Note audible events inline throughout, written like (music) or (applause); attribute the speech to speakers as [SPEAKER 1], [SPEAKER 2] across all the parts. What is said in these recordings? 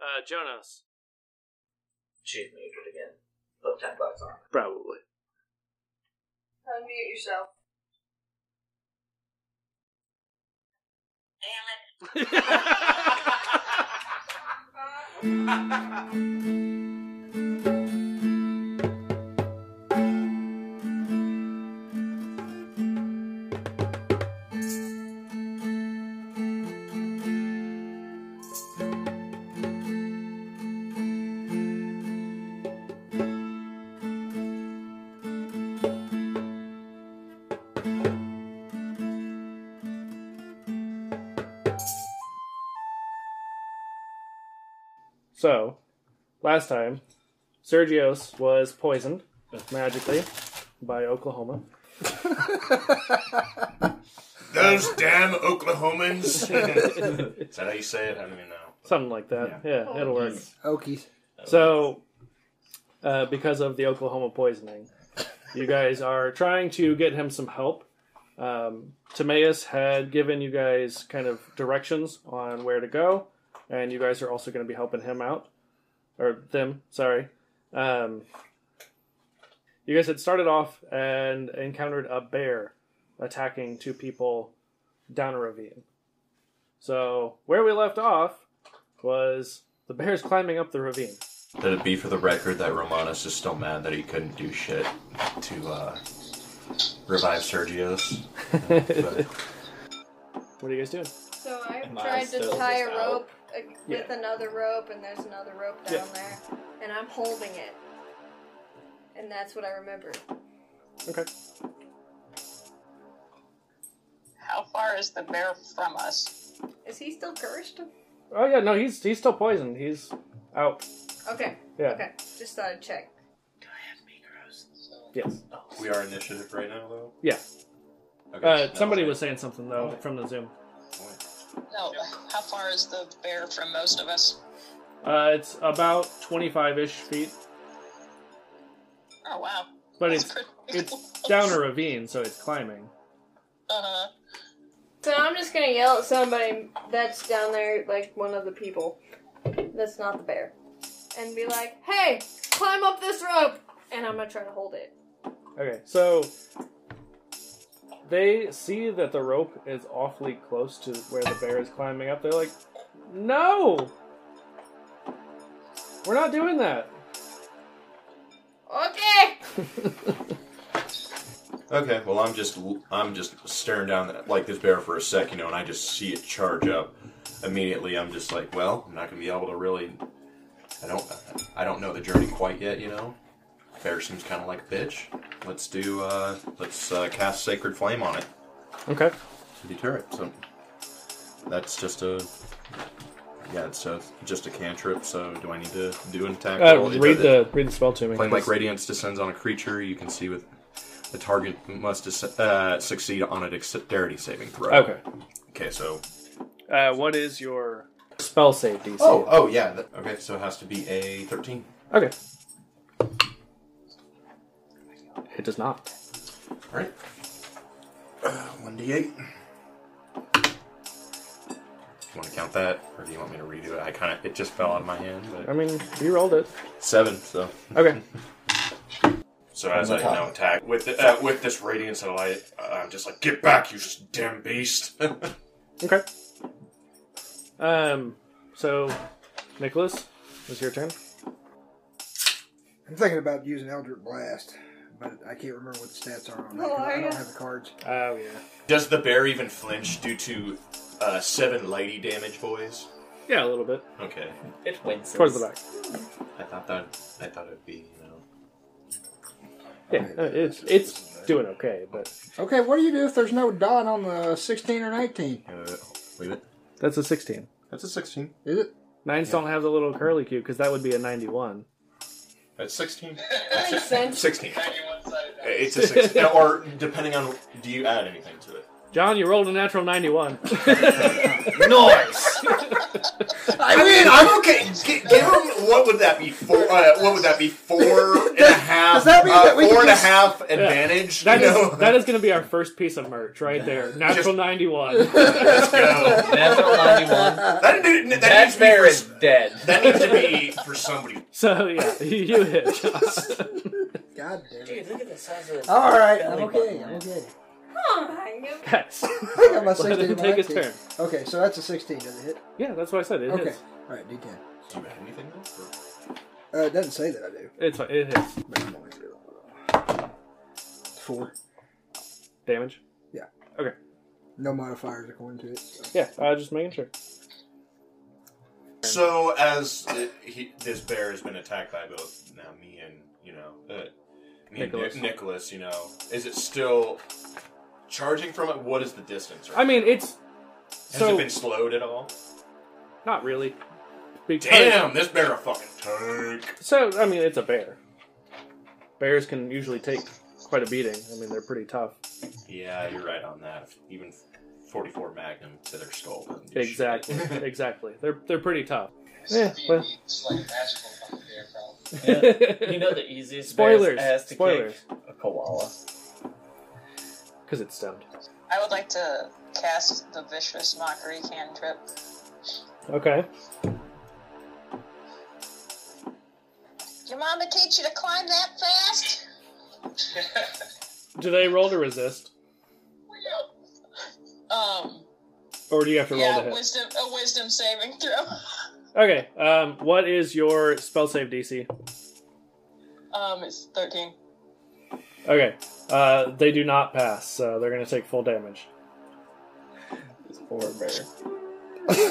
[SPEAKER 1] Uh, Jonas.
[SPEAKER 2] She's muted again. Put 10 bucks on it.
[SPEAKER 3] Probably.
[SPEAKER 4] Unmute yourself.
[SPEAKER 5] Damn it.
[SPEAKER 1] (laughs) So, last time, Sergios was poisoned magically by Oklahoma.
[SPEAKER 6] Those damn Oklahomans. Is that how you say it? I don't even know.
[SPEAKER 1] Something like that. Yeah, it'll work.
[SPEAKER 3] Okies.
[SPEAKER 1] So, uh, because of the Oklahoma poisoning, you guys are trying to get him some help. Um, Timaeus had given you guys kind of directions on where to go, and you guys are also going to be helping him out. Or them, sorry. Um, you guys had started off and encountered a bear attacking two people down a ravine. So, where we left off was the bear's climbing up the ravine.
[SPEAKER 6] Let it be for the record that Romanus is still mad that he couldn't do shit to uh, revive Sergio's. But
[SPEAKER 1] What are you guys doing?
[SPEAKER 4] So I
[SPEAKER 2] Am I
[SPEAKER 4] tried to
[SPEAKER 2] still
[SPEAKER 4] tie a
[SPEAKER 2] just out?
[SPEAKER 4] rope uh, with another rope, and there's another rope down
[SPEAKER 1] Yeah.
[SPEAKER 4] there, and I'm holding it. And that's what I remember.
[SPEAKER 1] Okay.
[SPEAKER 5] How far is the bear from us?
[SPEAKER 4] Is he still cursed?
[SPEAKER 1] Oh yeah, no, he's he's still poisoned. He's out.
[SPEAKER 4] Okay.
[SPEAKER 1] Yeah.
[SPEAKER 4] Okay. Just thought I'd check.
[SPEAKER 1] Yes.
[SPEAKER 6] we are initiative right now, though.
[SPEAKER 1] Yeah.
[SPEAKER 6] Okay,
[SPEAKER 1] Uh,
[SPEAKER 6] that
[SPEAKER 1] somebody
[SPEAKER 6] it.
[SPEAKER 1] was saying something though from the Zoom.
[SPEAKER 5] No, how far is the bear from most of us?
[SPEAKER 1] Uh, it's about twenty-five-ish feet,
[SPEAKER 5] Oh, wow.
[SPEAKER 1] but
[SPEAKER 5] That's
[SPEAKER 1] it's
[SPEAKER 5] pretty
[SPEAKER 1] it's
[SPEAKER 5] close.
[SPEAKER 1] down a ravine, so it's climbing.
[SPEAKER 5] (laughs) Uh-huh.
[SPEAKER 4] So I'm just gonna yell at somebody that's down there, like one of the people that's not the bear, and be like, "Hey, climb up this rope!" And I'm gonna try to hold it.
[SPEAKER 1] Okay, so they see that the rope is awfully close to where the bear is climbing up. They're like, "No, we're not doing that."
[SPEAKER 4] Okay.
[SPEAKER 6] Okay, well, I'm just I'm just staring down that, like this bear for a sec, you know, and I just see it charge up. Immediately, I'm just like, well, I'm not gonna be able to really. I don't I don't know the journey quite yet, you know. Bear seems kind of like a bitch. Let's do uh let's uh, cast Sacred Flame on it
[SPEAKER 1] Okay.
[SPEAKER 6] to deter it. So that's just a yeah, it's a, just a cantrip. So do I need to do an attack?
[SPEAKER 1] Uh,
[SPEAKER 6] roll? It
[SPEAKER 1] read
[SPEAKER 6] does-
[SPEAKER 1] the read the spell to me.
[SPEAKER 6] Flame like radiance descends on a creature you can see with the target must dis- uh, succeed on a dexterity saving throw.
[SPEAKER 1] Okay.
[SPEAKER 6] Okay. So.
[SPEAKER 1] Uh, what is your spell save DC?
[SPEAKER 6] oh yeah. th- okay. So it has to be a thirteen.
[SPEAKER 1] Okay. It does not.
[SPEAKER 6] All right. Uh, One d eight. Want to count that, or do you want me to redo it? I kind of it just fell out of my hand,
[SPEAKER 1] I
[SPEAKER 6] but
[SPEAKER 1] mean, you rolled it.
[SPEAKER 6] seven. So.
[SPEAKER 1] Okay.
[SPEAKER 6] So as I now attack with the, uh, with this radiance of light, I'm just like, get back, you damn beast. (laughs)
[SPEAKER 1] Okay. Um. So, Nicholas, it's your turn.
[SPEAKER 7] I'm thinking about using Eldritch Blast, but I can't remember what the stats are on that.
[SPEAKER 4] Oh,
[SPEAKER 7] 'cause
[SPEAKER 4] are
[SPEAKER 7] I
[SPEAKER 4] ya?
[SPEAKER 7] don't have the cards.
[SPEAKER 1] Oh yeah.
[SPEAKER 6] Does the bear even flinch due to uh, seven lady damage, boys?
[SPEAKER 1] Yeah, a little bit
[SPEAKER 6] Okay,
[SPEAKER 2] It wins.
[SPEAKER 1] towards the back.
[SPEAKER 6] I thought that I thought it'd be you know.
[SPEAKER 1] Yeah, uh, it's it's doing okay, but
[SPEAKER 7] Okay, what do you do if there's no dot on the 16 or 19?
[SPEAKER 6] Uh, leave it.
[SPEAKER 1] that's a sixteen.
[SPEAKER 6] That's a sixteen.
[SPEAKER 7] Is it?
[SPEAKER 1] Nines don't have the little curly cue because that would be a ninety-one.
[SPEAKER 6] That's
[SPEAKER 4] (laughs)
[SPEAKER 6] sixteen.
[SPEAKER 4] Makes sense.
[SPEAKER 6] Sixteen.
[SPEAKER 5] Anyone side of
[SPEAKER 6] Uh,
[SPEAKER 5] that?
[SPEAKER 6] It's a (laughs) sixteen. or depending on, do you add anything to it?
[SPEAKER 1] John, you rolled a natural (laughs) ninety-one.
[SPEAKER 6] Nice. I mean, I'm okay. G- give him what would that be four? Uh, what would that be four and a half
[SPEAKER 7] does that mean that we
[SPEAKER 6] four
[SPEAKER 7] can
[SPEAKER 6] and a
[SPEAKER 7] just-
[SPEAKER 6] half advantage?
[SPEAKER 1] That
[SPEAKER 6] you
[SPEAKER 1] is
[SPEAKER 6] know?
[SPEAKER 1] that is going to be our first piece of merch right (laughs) there. Natural ninety one. (laughs)
[SPEAKER 6] (laughs) Let's go.
[SPEAKER 3] Natural 91. (laughs)
[SPEAKER 6] That, dude, that, needs
[SPEAKER 3] That
[SPEAKER 6] to be
[SPEAKER 3] bear
[SPEAKER 6] for,
[SPEAKER 3] is dead.
[SPEAKER 6] that needs to be for somebody.
[SPEAKER 1] so yeah, (laughs) you, you hit. Joss.
[SPEAKER 7] (laughs) God damn it.
[SPEAKER 3] Dude, look at the size of this.
[SPEAKER 1] Oh.
[SPEAKER 7] All right, I'm
[SPEAKER 3] belly
[SPEAKER 7] okay.
[SPEAKER 3] button.
[SPEAKER 7] I'm okay.
[SPEAKER 4] Huh.
[SPEAKER 1] Yes.
[SPEAKER 7] I got my
[SPEAKER 1] Let
[SPEAKER 7] 16
[SPEAKER 1] him
[SPEAKER 7] and my
[SPEAKER 1] take his
[SPEAKER 7] 19.
[SPEAKER 1] turn.
[SPEAKER 7] Okay, so that's a 16. Does it hit?
[SPEAKER 1] Yeah, that's what I said. It
[SPEAKER 7] Okay.
[SPEAKER 1] hits.
[SPEAKER 7] All right, D10.
[SPEAKER 6] Do you have anything else? or-
[SPEAKER 7] Uh, it doesn't say that I do.
[SPEAKER 1] It's fine. It hits.
[SPEAKER 7] But I'm only doing Four.
[SPEAKER 1] Damage.
[SPEAKER 7] No modifiers according to it. so.
[SPEAKER 1] (laughs)
[SPEAKER 7] (laughs)
[SPEAKER 1] Yeah, I was just making sure.
[SPEAKER 6] So as uh, he, this bear has been attacked by both now me and you know uh, me
[SPEAKER 1] Nicholas.
[SPEAKER 6] and Nick, Nicholas, you know, is it still charging from it? What is the distance?
[SPEAKER 1] I mean, it's
[SPEAKER 6] has
[SPEAKER 1] so
[SPEAKER 6] it been slowed at all?
[SPEAKER 1] not really. Because,
[SPEAKER 6] Damn, this bear a fucking tank.
[SPEAKER 1] So I mean, it's a bear. Bears can usually take quite a beating. I mean, they're pretty tough.
[SPEAKER 6] Yeah, you're right on that. Even 44 Magnum to their skull doesn't do shit. (laughs)
[SPEAKER 1] Exactly. exactly. They're they're pretty tough.
[SPEAKER 5] Yeah,
[SPEAKER 1] well.
[SPEAKER 5] It's like magical fucking bear problem.
[SPEAKER 3] Yeah.
[SPEAKER 1] (laughs)
[SPEAKER 3] You know the easiest
[SPEAKER 1] Spoilers.
[SPEAKER 3] bear's ass to
[SPEAKER 1] Spoilers.
[SPEAKER 3] kick? A koala.
[SPEAKER 1] Because it's stoned.
[SPEAKER 5] I would like to cast the vicious mockery cantrip.
[SPEAKER 1] Okay.
[SPEAKER 5] Your mama teach you to climb that fast?
[SPEAKER 1] Do they roll to resist,
[SPEAKER 5] (laughs) Um.
[SPEAKER 1] or do you have to roll
[SPEAKER 5] Yeah,
[SPEAKER 1] to hit?
[SPEAKER 5] wisdom. A wisdom saving throw. (laughs)
[SPEAKER 1] Okay. Um, what is your spell save DC?
[SPEAKER 5] Um, it's thirteen.
[SPEAKER 1] Okay. Uh, they do not pass, so they're going to take full damage.
[SPEAKER 3] Poor bear.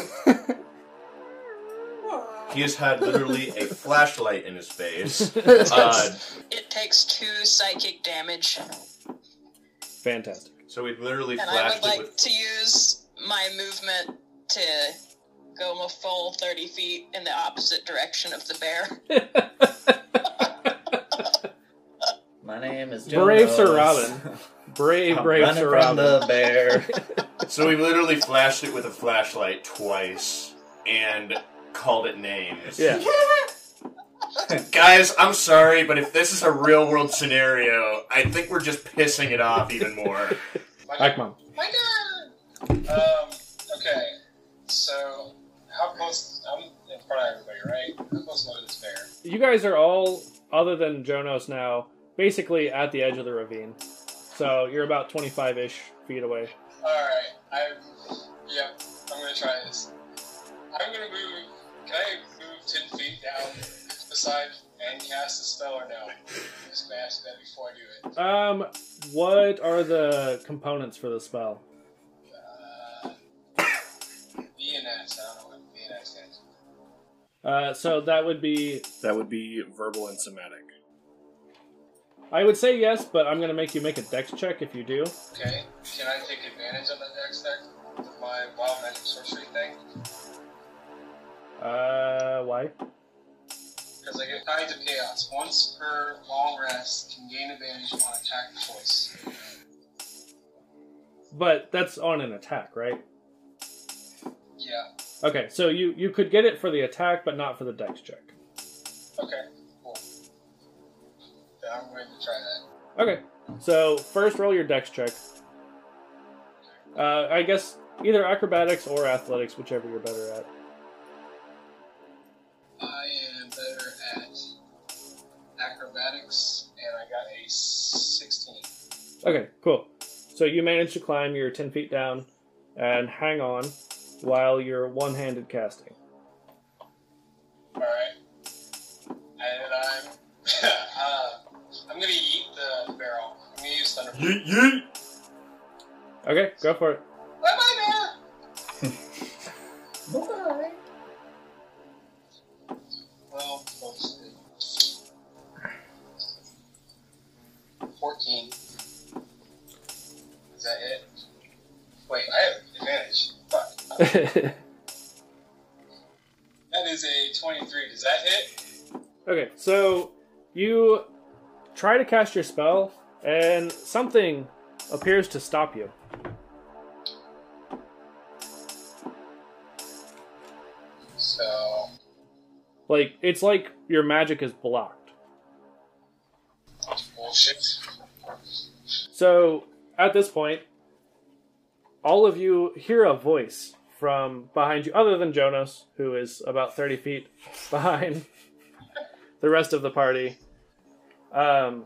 [SPEAKER 6] He has had literally a flashlight in
[SPEAKER 1] (laughs)
[SPEAKER 6] his face. Uh,
[SPEAKER 5] It takes two psychic damage,
[SPEAKER 1] Fantastic.
[SPEAKER 6] so we've literally
[SPEAKER 5] and I
[SPEAKER 6] flashed
[SPEAKER 5] would like
[SPEAKER 6] it with.
[SPEAKER 5] to use my movement to go a full thirty feet in the opposite direction of the bear.
[SPEAKER 3] My name is Jonas.
[SPEAKER 1] Brave Sir
[SPEAKER 3] (laughs)
[SPEAKER 1] Robin. Brave,
[SPEAKER 3] I'm
[SPEAKER 1] brave
[SPEAKER 3] running
[SPEAKER 1] Sir
[SPEAKER 3] from
[SPEAKER 1] Robin.
[SPEAKER 3] the bear.
[SPEAKER 1] (laughs)
[SPEAKER 6] So we literally flashed it with a flashlight twice and called it names.
[SPEAKER 1] Yeah.
[SPEAKER 6] Guys, I'm sorry, but if this is a real world scenario, I think we're just pissing it off even more.
[SPEAKER 1] Akmon.
[SPEAKER 8] My god! Um, okay, so how close? I'm in front of everybody, right? How close am I to this bear?
[SPEAKER 1] You guys are all, other than Jonos now, basically at the edge of the ravine. So you're about 25 ish feet away.
[SPEAKER 8] Alright, I'm. Yep, I'm gonna try this. I'm gonna move. Can I move 10 feet down to the side and cast a spell or no? I'm just gonna ask that before I do it.
[SPEAKER 1] Um, what are the components for the spell?
[SPEAKER 8] Uh. BNS, I don't know what BNS stands for.
[SPEAKER 1] Uh, so that would be.
[SPEAKER 9] That would be verbal and somatic.
[SPEAKER 1] I would say yes, but I'm going to make you make a dex check if you do.
[SPEAKER 8] Okay, can I take advantage of the next deck with my wild magic sorcery thing?
[SPEAKER 1] Uh, why?
[SPEAKER 8] Because I get tides of chaos. Once per long rest, can gain advantage on attack of choice.
[SPEAKER 1] But that's on an attack, right?
[SPEAKER 8] Yeah.
[SPEAKER 1] Okay, so you you could get it for the attack, but not for the dex check.
[SPEAKER 8] Okay. Cool. Then I'm going to try that.
[SPEAKER 1] Okay, so first roll your dex check. Uh, I guess either acrobatics or athletics, whichever you're better at.
[SPEAKER 8] I am better at acrobatics, and I got a 16.
[SPEAKER 1] Okay, cool. So you manage to climb your 10 feet down and hang on while you're one handed casting.
[SPEAKER 8] Alright. And I'm. (laughs) uh, I'm going to yeet the barrel. I'm going to use Thunder.
[SPEAKER 6] Yeet, yeet.
[SPEAKER 1] Okay, go for it.
[SPEAKER 8] Bye bye, man!
[SPEAKER 3] Bye.
[SPEAKER 8] Well, close. 14. Is that it? Wait, I have advantage. Fuck. That is a 23. Does that hit?
[SPEAKER 1] Okay, so you try to cast your spell, and something appears to stop you.
[SPEAKER 8] So.
[SPEAKER 1] Like, it's like your magic is blocked.
[SPEAKER 8] shit.
[SPEAKER 1] So at this point, all of you hear a voice from behind you, other than Jonas, who is about 30 feet (laughs) behind the rest of the party, um,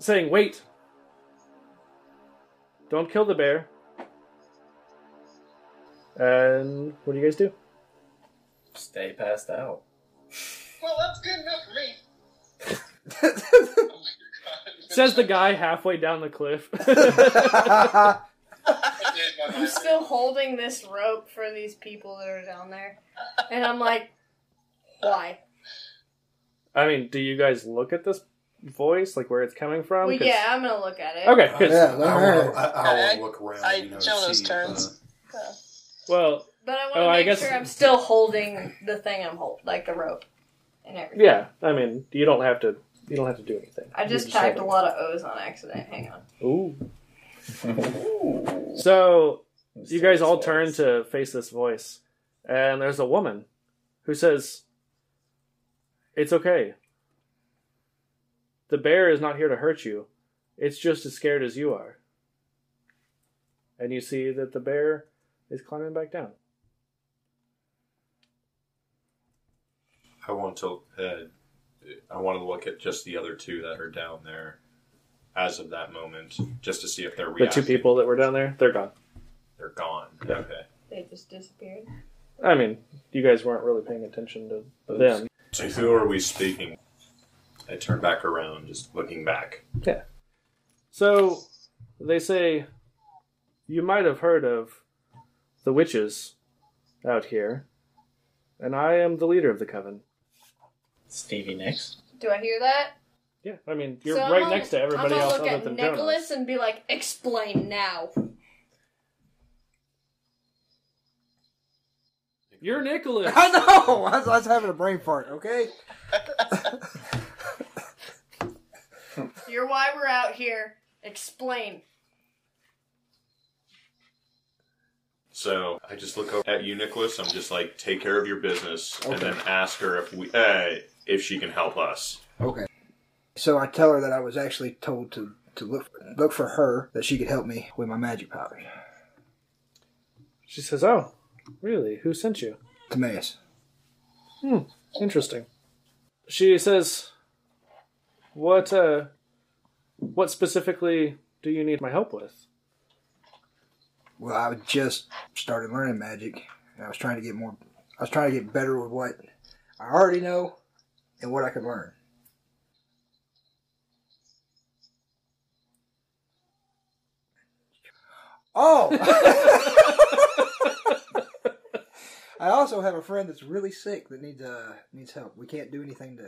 [SPEAKER 1] saying, Wait! Don't kill the bear. And what do you guys do?
[SPEAKER 3] Stay passed out.
[SPEAKER 8] Well, that's good enough
[SPEAKER 1] (laughs)
[SPEAKER 8] for me. Oh my god.
[SPEAKER 1] Says the guy halfway down the cliff.
[SPEAKER 8] (laughs) I did my
[SPEAKER 4] I'm
[SPEAKER 8] best.
[SPEAKER 4] still holding this rope for these people that are down there. And I'm like, why?
[SPEAKER 1] (laughs) I mean, do you guys look at this voice, like where it's coming from?
[SPEAKER 4] well,
[SPEAKER 1] 'Cause-
[SPEAKER 4] yeah, I'm gonna look at it.
[SPEAKER 1] Okay, 'cause-
[SPEAKER 7] Yeah,
[SPEAKER 6] I
[SPEAKER 7] alright.
[SPEAKER 6] wanna- I, I wanna
[SPEAKER 5] I-
[SPEAKER 6] look around.
[SPEAKER 5] I-
[SPEAKER 6] you know, to
[SPEAKER 5] Jonas
[SPEAKER 6] see,
[SPEAKER 5] turns.
[SPEAKER 6] uh,
[SPEAKER 1] well,
[SPEAKER 4] But I want to
[SPEAKER 1] Oh, I
[SPEAKER 4] make
[SPEAKER 1] guess-
[SPEAKER 4] sure I'm still holding the thing I'm holding, like the rope and everything.
[SPEAKER 1] yeah. I mean, you don't have to. You don't have to do anything.
[SPEAKER 4] I
[SPEAKER 1] You
[SPEAKER 4] just typed a
[SPEAKER 1] hold
[SPEAKER 4] lot of O's on accident. Hang on.
[SPEAKER 1] it. Ooh.
[SPEAKER 3] Ooh.
[SPEAKER 1] So you guys all
[SPEAKER 3] Voice.
[SPEAKER 1] turn to face this voice, and there's a woman who says, "It's okay. The bear is not here to hurt you. It's just as scared as you are." And you see that the bear is climbing back down.
[SPEAKER 6] I want to. Uh, I want to look at just the other two that are down there, as of that moment, just to see if they're
[SPEAKER 1] The
[SPEAKER 6] reacting.
[SPEAKER 1] two people that were down there, they're gone.
[SPEAKER 6] They're gone. Okay.
[SPEAKER 4] They just disappeared.
[SPEAKER 1] I mean, you guys weren't really paying attention to
[SPEAKER 3] Oops.
[SPEAKER 1] them.
[SPEAKER 6] So who are we speaking? I turn back around, just looking back.
[SPEAKER 1] So they say you might have heard of the witches out here, and I am the leader of the coven.
[SPEAKER 3] Stevie Nicks.
[SPEAKER 4] Do I hear that?
[SPEAKER 1] Yeah, I mean you're
[SPEAKER 4] So I'm
[SPEAKER 1] right
[SPEAKER 4] gonna-
[SPEAKER 1] next to everybody
[SPEAKER 4] I'm gonna
[SPEAKER 1] else
[SPEAKER 4] look
[SPEAKER 1] other
[SPEAKER 4] at
[SPEAKER 1] than
[SPEAKER 4] Nicholas
[SPEAKER 1] Jonas.
[SPEAKER 4] and be like, "Explain now."
[SPEAKER 1] You're Nicholas.
[SPEAKER 7] I know. I was, I was having a brain fart. Okay.
[SPEAKER 4] You're why we're out here. Explain.
[SPEAKER 6] So I just look over at you, Nicholas. I'm just like, take care of your business, and then ask her if we, uh, if she can help us.
[SPEAKER 7] Okay. So I tell her that I was actually told to to look look for her that she could help me with my magic powers.
[SPEAKER 1] (laughs) she says, "Oh, really? Who sent you?"
[SPEAKER 7] Timaeus.
[SPEAKER 1] Interesting. She says, "What? uh What specifically do you need my help with?"
[SPEAKER 7] Well, I had just started learning magic, and I was trying to get more. I was trying to get better with what I already know and what I could learn. Oh. (laughs) I also have a friend that's really sick that needs uh needs help. We can't do anything to,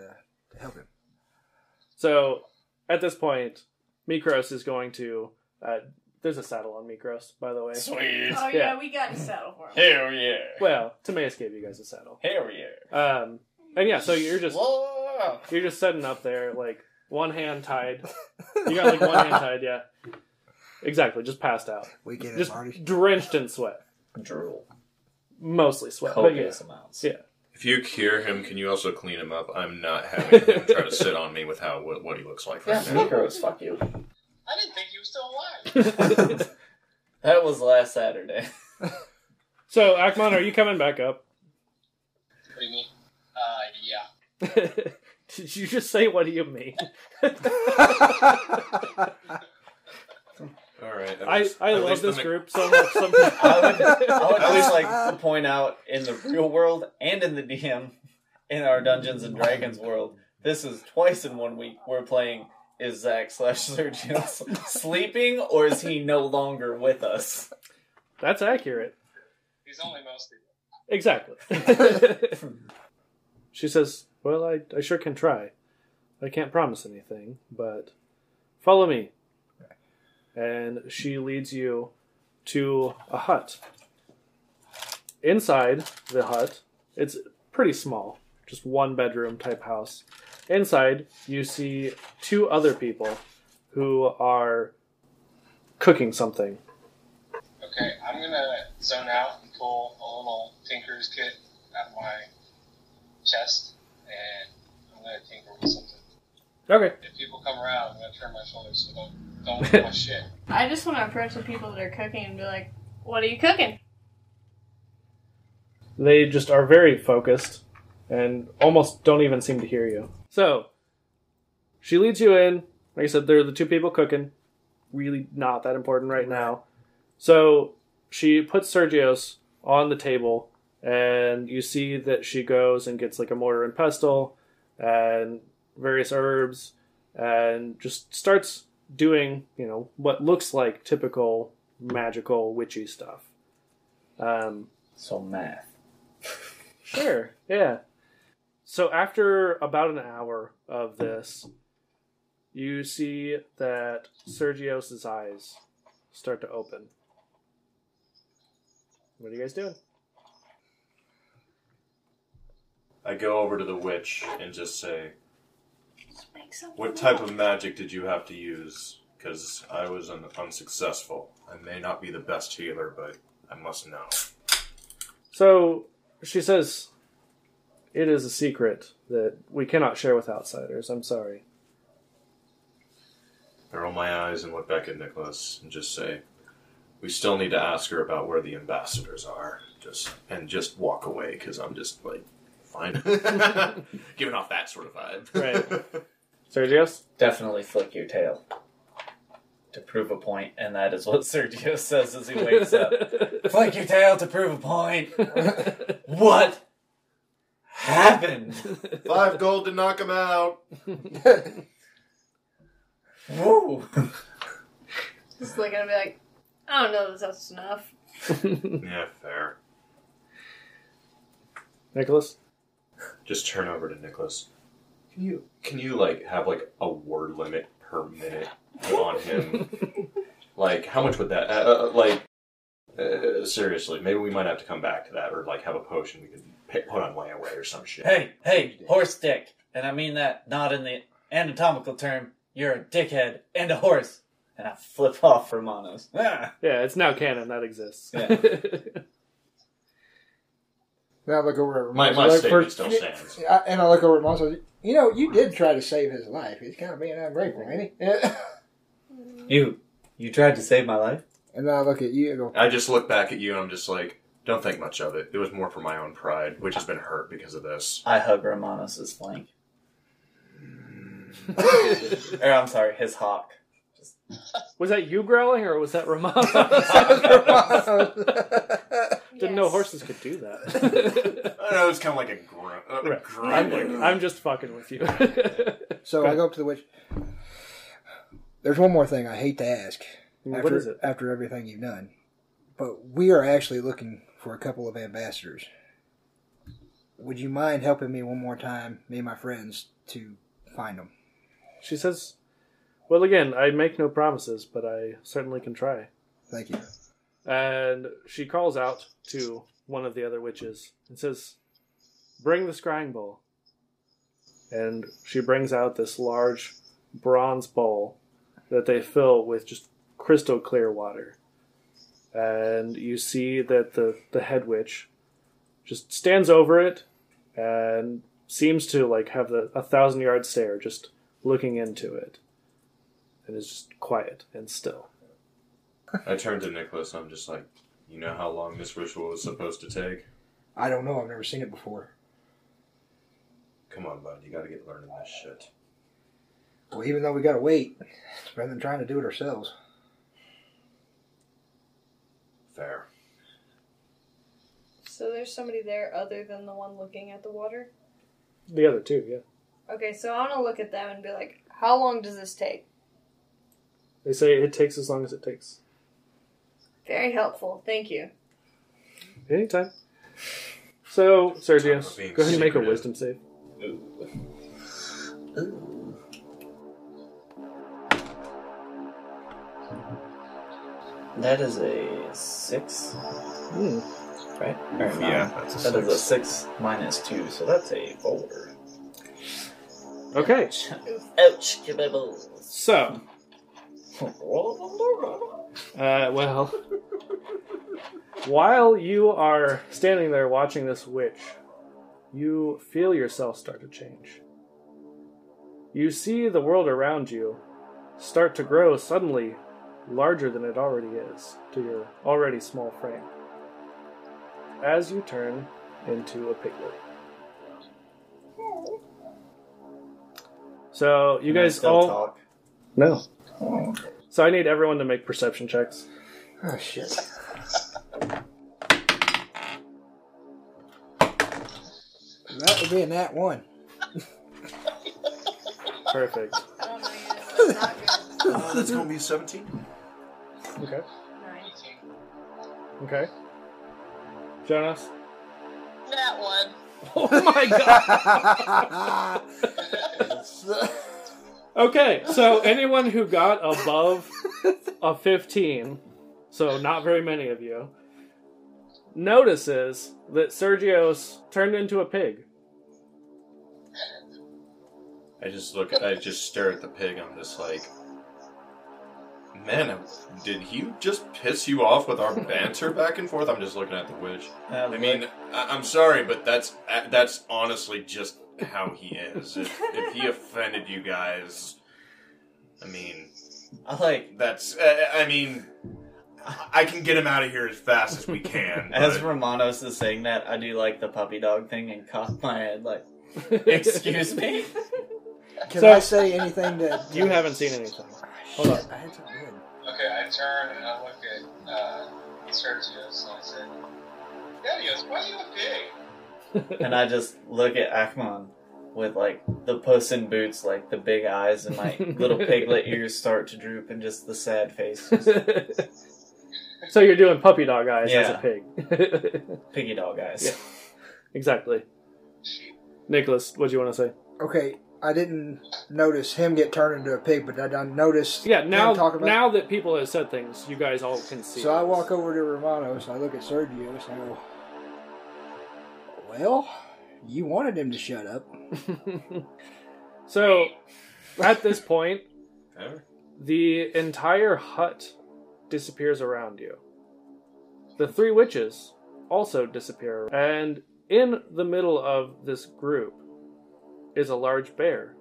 [SPEAKER 7] to help him.
[SPEAKER 1] So at this point, Mikros is going to. Uh, there's a saddle on Mikros, by the way.
[SPEAKER 3] Sweet.
[SPEAKER 4] Oh yeah,
[SPEAKER 1] Yeah.
[SPEAKER 4] we got to settle for him.
[SPEAKER 3] Hell yeah.
[SPEAKER 1] Well, Timaeus gave you guys a saddle.
[SPEAKER 3] Hell yeah.
[SPEAKER 1] Um, and yeah, so you're just
[SPEAKER 3] Whoa.
[SPEAKER 1] you're just setting up there, like one hand tied. You got like one hand tied, yeah. Exactly, just passed out,
[SPEAKER 7] We get it,
[SPEAKER 1] just
[SPEAKER 7] Marty.
[SPEAKER 1] drenched in sweat,
[SPEAKER 3] Drool.
[SPEAKER 1] mostly sweat. But yeah.
[SPEAKER 3] Copious amounts.
[SPEAKER 1] Yeah.
[SPEAKER 6] If you cure him, can you also clean him up? I'm not having him try
[SPEAKER 1] (laughs)
[SPEAKER 6] to sit on me with how what, what he looks like
[SPEAKER 3] Yeah,
[SPEAKER 6] right now.
[SPEAKER 3] Micros, fuck you.
[SPEAKER 8] I didn't think he was still alive.
[SPEAKER 3] That was last Saturday.
[SPEAKER 1] (laughs) So Akmon, are you coming back up? (laughs)
[SPEAKER 8] what do you mean? Uh, yeah.
[SPEAKER 1] Did you just say what do you mean?
[SPEAKER 6] All right. at
[SPEAKER 1] I
[SPEAKER 6] least-
[SPEAKER 1] I
[SPEAKER 6] at
[SPEAKER 1] love
[SPEAKER 6] least the
[SPEAKER 1] this
[SPEAKER 6] Mc-
[SPEAKER 1] group so much. Sometimes.
[SPEAKER 3] (laughs) I would, I would just like to point out in the real world and in the DM, in our Dungeons and Dragons world, this is twice in one week we're playing. Is Zach slash Sergio sleeping or is he no longer with us?
[SPEAKER 1] That's accurate.
[SPEAKER 8] He's only mostly.
[SPEAKER 1] Exactly. (laughs) she says, Well, I, I sure can try. I can't promise anything, but follow me. And she leads you to a hut. Inside the hut, it's pretty small, just one bedroom type house. Inside, you see two other people who are cooking something.
[SPEAKER 8] Okay, I'm gonna zone out and pull a little tinker's kit out of my chest, and I'm gonna tinker with something.
[SPEAKER 1] Okay.
[SPEAKER 8] If people come around, I'm gonna turn my shoulders so don't don't look at my shit.
[SPEAKER 4] I just want to approach the people that are cooking and be like, "What are you cooking?"
[SPEAKER 1] They just are very focused and almost don't even seem to hear you. So, she leads you in. Like I said, they're the two people cooking. Really not that important right now. So, she puts Sergio's on the table, and you see that she goes and gets like a mortar and pestle and various herbs and just starts doing, you know, what looks like typical magical witchy stuff. Um,
[SPEAKER 3] So math.
[SPEAKER 1] Sure. Yeah. So after about an hour of this, you see that Sergios's eyes start to open. What are you guys doing?
[SPEAKER 6] I go over to the witch and just say, What type of magic did you have to use? Because I was un- unsuccessful. I may not be the best healer, but I must know.
[SPEAKER 1] So she says, "It is a secret that we cannot share with outsiders. I'm sorry."
[SPEAKER 6] I roll my eyes and look back at Nicholas and just say, "We still need to ask her about where the ambassadors are." Just and just walk away because I'm just like, fine, (laughs) giving off that sort of vibe.
[SPEAKER 1] Right. Sergios.
[SPEAKER 3] Definitely flick your tail to prove a point, and that is what Sergio says as he
[SPEAKER 1] (laughs)
[SPEAKER 3] wakes up. flick your tail to prove a point. what happened?
[SPEAKER 6] (laughs) Five gold to knock him out.
[SPEAKER 3] Woo!
[SPEAKER 4] Just looking and be like, "I don't know if that's enough."
[SPEAKER 6] Yeah, fair.
[SPEAKER 1] Nicholas.
[SPEAKER 6] Just turn over to Nicholas. Can you can you like have like a word limit per minute on
[SPEAKER 1] (laughs)
[SPEAKER 6] him? like how much would that uh, uh, like? Uh, seriously, maybe we might have to come back to that, or like have a potion we can pick, put on layaway or some shit.
[SPEAKER 3] Hey, hey, horse dick. And I mean that not in the anatomical term. You're a dickhead and a horse. And I flip (laughs) off Romanos. Ah.
[SPEAKER 1] Yeah, it's now canon. That exists.
[SPEAKER 7] (laughs) Then I look over at
[SPEAKER 6] My,
[SPEAKER 7] Ramon's,
[SPEAKER 6] my
[SPEAKER 7] I look
[SPEAKER 6] statement
[SPEAKER 7] for-
[SPEAKER 6] still stands.
[SPEAKER 7] I, and I look over at Monster. You know, you did try to save his life. He's kind of being ungrateful, ain't he? (laughs) Yeah.
[SPEAKER 3] You, you tried to save my life?
[SPEAKER 7] and then I look at you and go, (laughs)
[SPEAKER 6] I just look back at you and I'm just like, don't think much of it. It was more for my own pride, which has been hurt because of this.
[SPEAKER 3] I hug Romanos' flank. or I'm sorry, his hawk.
[SPEAKER 1] (laughs) Was that you growling or was that Ramon? (laughs) Didn't know
[SPEAKER 4] Yes.
[SPEAKER 1] horses could do
[SPEAKER 6] (laughs)
[SPEAKER 1] that.
[SPEAKER 6] I know it's kind of like a grunt. Uh,
[SPEAKER 1] Right.
[SPEAKER 6] grunt
[SPEAKER 1] I'm,
[SPEAKER 6] like,
[SPEAKER 1] I'm just fucking with you.
[SPEAKER 7] so I go up to the witch. There's one more thing I hate to ask. After,
[SPEAKER 1] what is it?
[SPEAKER 7] After everything you've done. But we are actually looking for a couple of ambassadors. Would you mind helping me one more time, me and my friends, to find them?
[SPEAKER 1] She says, Well, again, I make no promises, but I certainly can try.
[SPEAKER 7] Thank you.
[SPEAKER 1] And she calls out to one of the other witches and says, Bring the scrying bowl. And she brings out this large bronze bowl that they fill with just crystal clear water. And you see that the, the head witch just stands over it and seems to like have the, a thousand yard stare just looking into it and is just quiet and still.
[SPEAKER 6] I turn to Nicholas and I'm just like, you know how long this ritual was supposed to take?
[SPEAKER 7] I don't know. I've never seen it before.
[SPEAKER 6] Come on, bud. You got to get learning this shit.
[SPEAKER 7] Well, even though we gotta wait, it's better than trying to do it ourselves.
[SPEAKER 6] Fair.
[SPEAKER 4] So there's somebody there other than the one looking at the water.
[SPEAKER 1] The other two, yeah.
[SPEAKER 4] Okay, so I want to look at them and be like, "How long does this take?"
[SPEAKER 1] They say it takes as long as it takes.
[SPEAKER 4] Very helpful. Thank you.
[SPEAKER 1] Anytime. So, Sergius,
[SPEAKER 6] Being
[SPEAKER 1] go ahead and make a
[SPEAKER 6] secretive.
[SPEAKER 1] wisdom save.
[SPEAKER 3] That is a six,
[SPEAKER 1] Hmm.
[SPEAKER 3] right? Or nine.
[SPEAKER 6] Yeah, that's a
[SPEAKER 3] That is a six minus two, so that's a (laughs) four.
[SPEAKER 1] Okay,
[SPEAKER 3] Ouch! Give my balls.
[SPEAKER 1] so,
[SPEAKER 3] Roll
[SPEAKER 1] uh, well, (laughs) while you are standing there watching this witch, you feel yourself start to change. You see the world around you start to grow suddenly larger than it already is to your already small frame as you turn into a piglet. So you
[SPEAKER 3] Can I
[SPEAKER 1] guys
[SPEAKER 3] still
[SPEAKER 1] all
[SPEAKER 3] talk?
[SPEAKER 1] no. So I need everyone to make perception checks.
[SPEAKER 7] Oh shit. That would be a
[SPEAKER 1] (laughs)
[SPEAKER 7] nat one.
[SPEAKER 1] Perfect.
[SPEAKER 4] Oh man, that's not good. (laughs)
[SPEAKER 6] Uh, that's going to be 17.
[SPEAKER 1] Okay.
[SPEAKER 4] Nine.
[SPEAKER 1] Okay. Jonas.
[SPEAKER 5] That one.
[SPEAKER 1] Oh my god. Okay, so anyone who got above a 15, so not very many of you, notices that Sergio's turned into a pig. (laughs)
[SPEAKER 6] I just look. I just stare at the pig. I'm just like, man, did he just piss you off with our banter back and forth? I'm just looking at the witch.
[SPEAKER 3] Uh,
[SPEAKER 6] I mean, I- I'm sorry, but that's uh, that's honestly just how he is. If, if he offended you guys, I mean,
[SPEAKER 3] I like
[SPEAKER 6] that's. Uh, I mean, I can get him out of here as fast as we can.
[SPEAKER 3] As
[SPEAKER 6] but-
[SPEAKER 3] Romanos is saying that, I do like the puppy dog thing and cock my
[SPEAKER 7] (laughs)
[SPEAKER 3] head like, excuse me?
[SPEAKER 7] Can
[SPEAKER 1] So-
[SPEAKER 7] I say anything that Oh,
[SPEAKER 1] You haven't seen anything. Hold on.
[SPEAKER 7] I had something good.
[SPEAKER 8] Okay, I turn and I look at uh, Sergio's and I said, Yeah, he goes, why are you a pig?
[SPEAKER 3] And I just look at Akmon with like the puss in boots, like the big eyes
[SPEAKER 7] (laughs)
[SPEAKER 3] and my little piglet ears start to droop and just the sad face. Just
[SPEAKER 1] so you're doing puppy dog eyes as a
[SPEAKER 3] Yeah.
[SPEAKER 1] pig. (laughs)
[SPEAKER 3] piggy dog eyes.
[SPEAKER 1] Yeah. exactly. Nicholas, what do you want to say?
[SPEAKER 7] Okay, I didn't notice him get turned into a pig, but I done noticed.
[SPEAKER 1] Yeah, now
[SPEAKER 7] him talking about
[SPEAKER 1] now that people have said things, you guys all can see.
[SPEAKER 7] So I
[SPEAKER 1] this.
[SPEAKER 7] walk over to Romanos, I look at Sergio, and I go, Well, you wanted him to shut up.
[SPEAKER 1] (laughs) so at this point,
[SPEAKER 6] Eh?
[SPEAKER 1] The entire hut disappears around you. The three witches also disappear, and in the middle of this group is a large bear.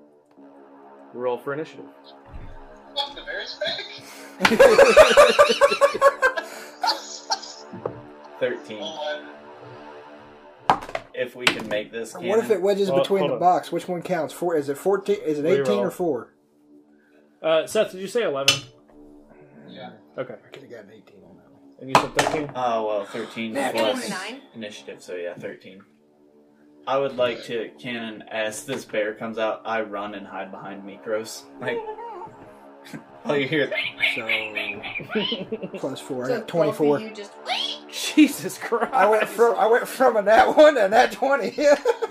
[SPEAKER 1] Roll for initiative.
[SPEAKER 8] Fuck the bear's (laughs) pig.
[SPEAKER 3] 13.
[SPEAKER 8] One.
[SPEAKER 3] If we can make this. Canon.
[SPEAKER 7] What if it wedges
[SPEAKER 1] Well,
[SPEAKER 7] between
[SPEAKER 1] hold
[SPEAKER 7] the
[SPEAKER 1] on.
[SPEAKER 7] box? Which one counts? Four? Is it fourteen? Is it eighteen
[SPEAKER 1] Reroll.
[SPEAKER 7] or four?
[SPEAKER 1] Uh, Seth, did you say 11?
[SPEAKER 8] Yeah.
[SPEAKER 1] Okay.
[SPEAKER 7] I could have gotten eighteen on that one.
[SPEAKER 1] And you said 13?
[SPEAKER 3] Oh, well, 13
[SPEAKER 7] Nat
[SPEAKER 3] plus
[SPEAKER 4] 29.
[SPEAKER 3] initiative, so yeah, 13. I would like to cannon as this bear comes out, I run and hide behind Mikros. Like, (laughs) all you hear is,
[SPEAKER 7] So (laughs) plus four, I
[SPEAKER 4] So
[SPEAKER 7] got twenty-four.
[SPEAKER 4] both of You just
[SPEAKER 1] (laughs)
[SPEAKER 4] (laughs)
[SPEAKER 1] Jesus Christ! (laughs)
[SPEAKER 7] I went from I went from a nat one to a nat twenty.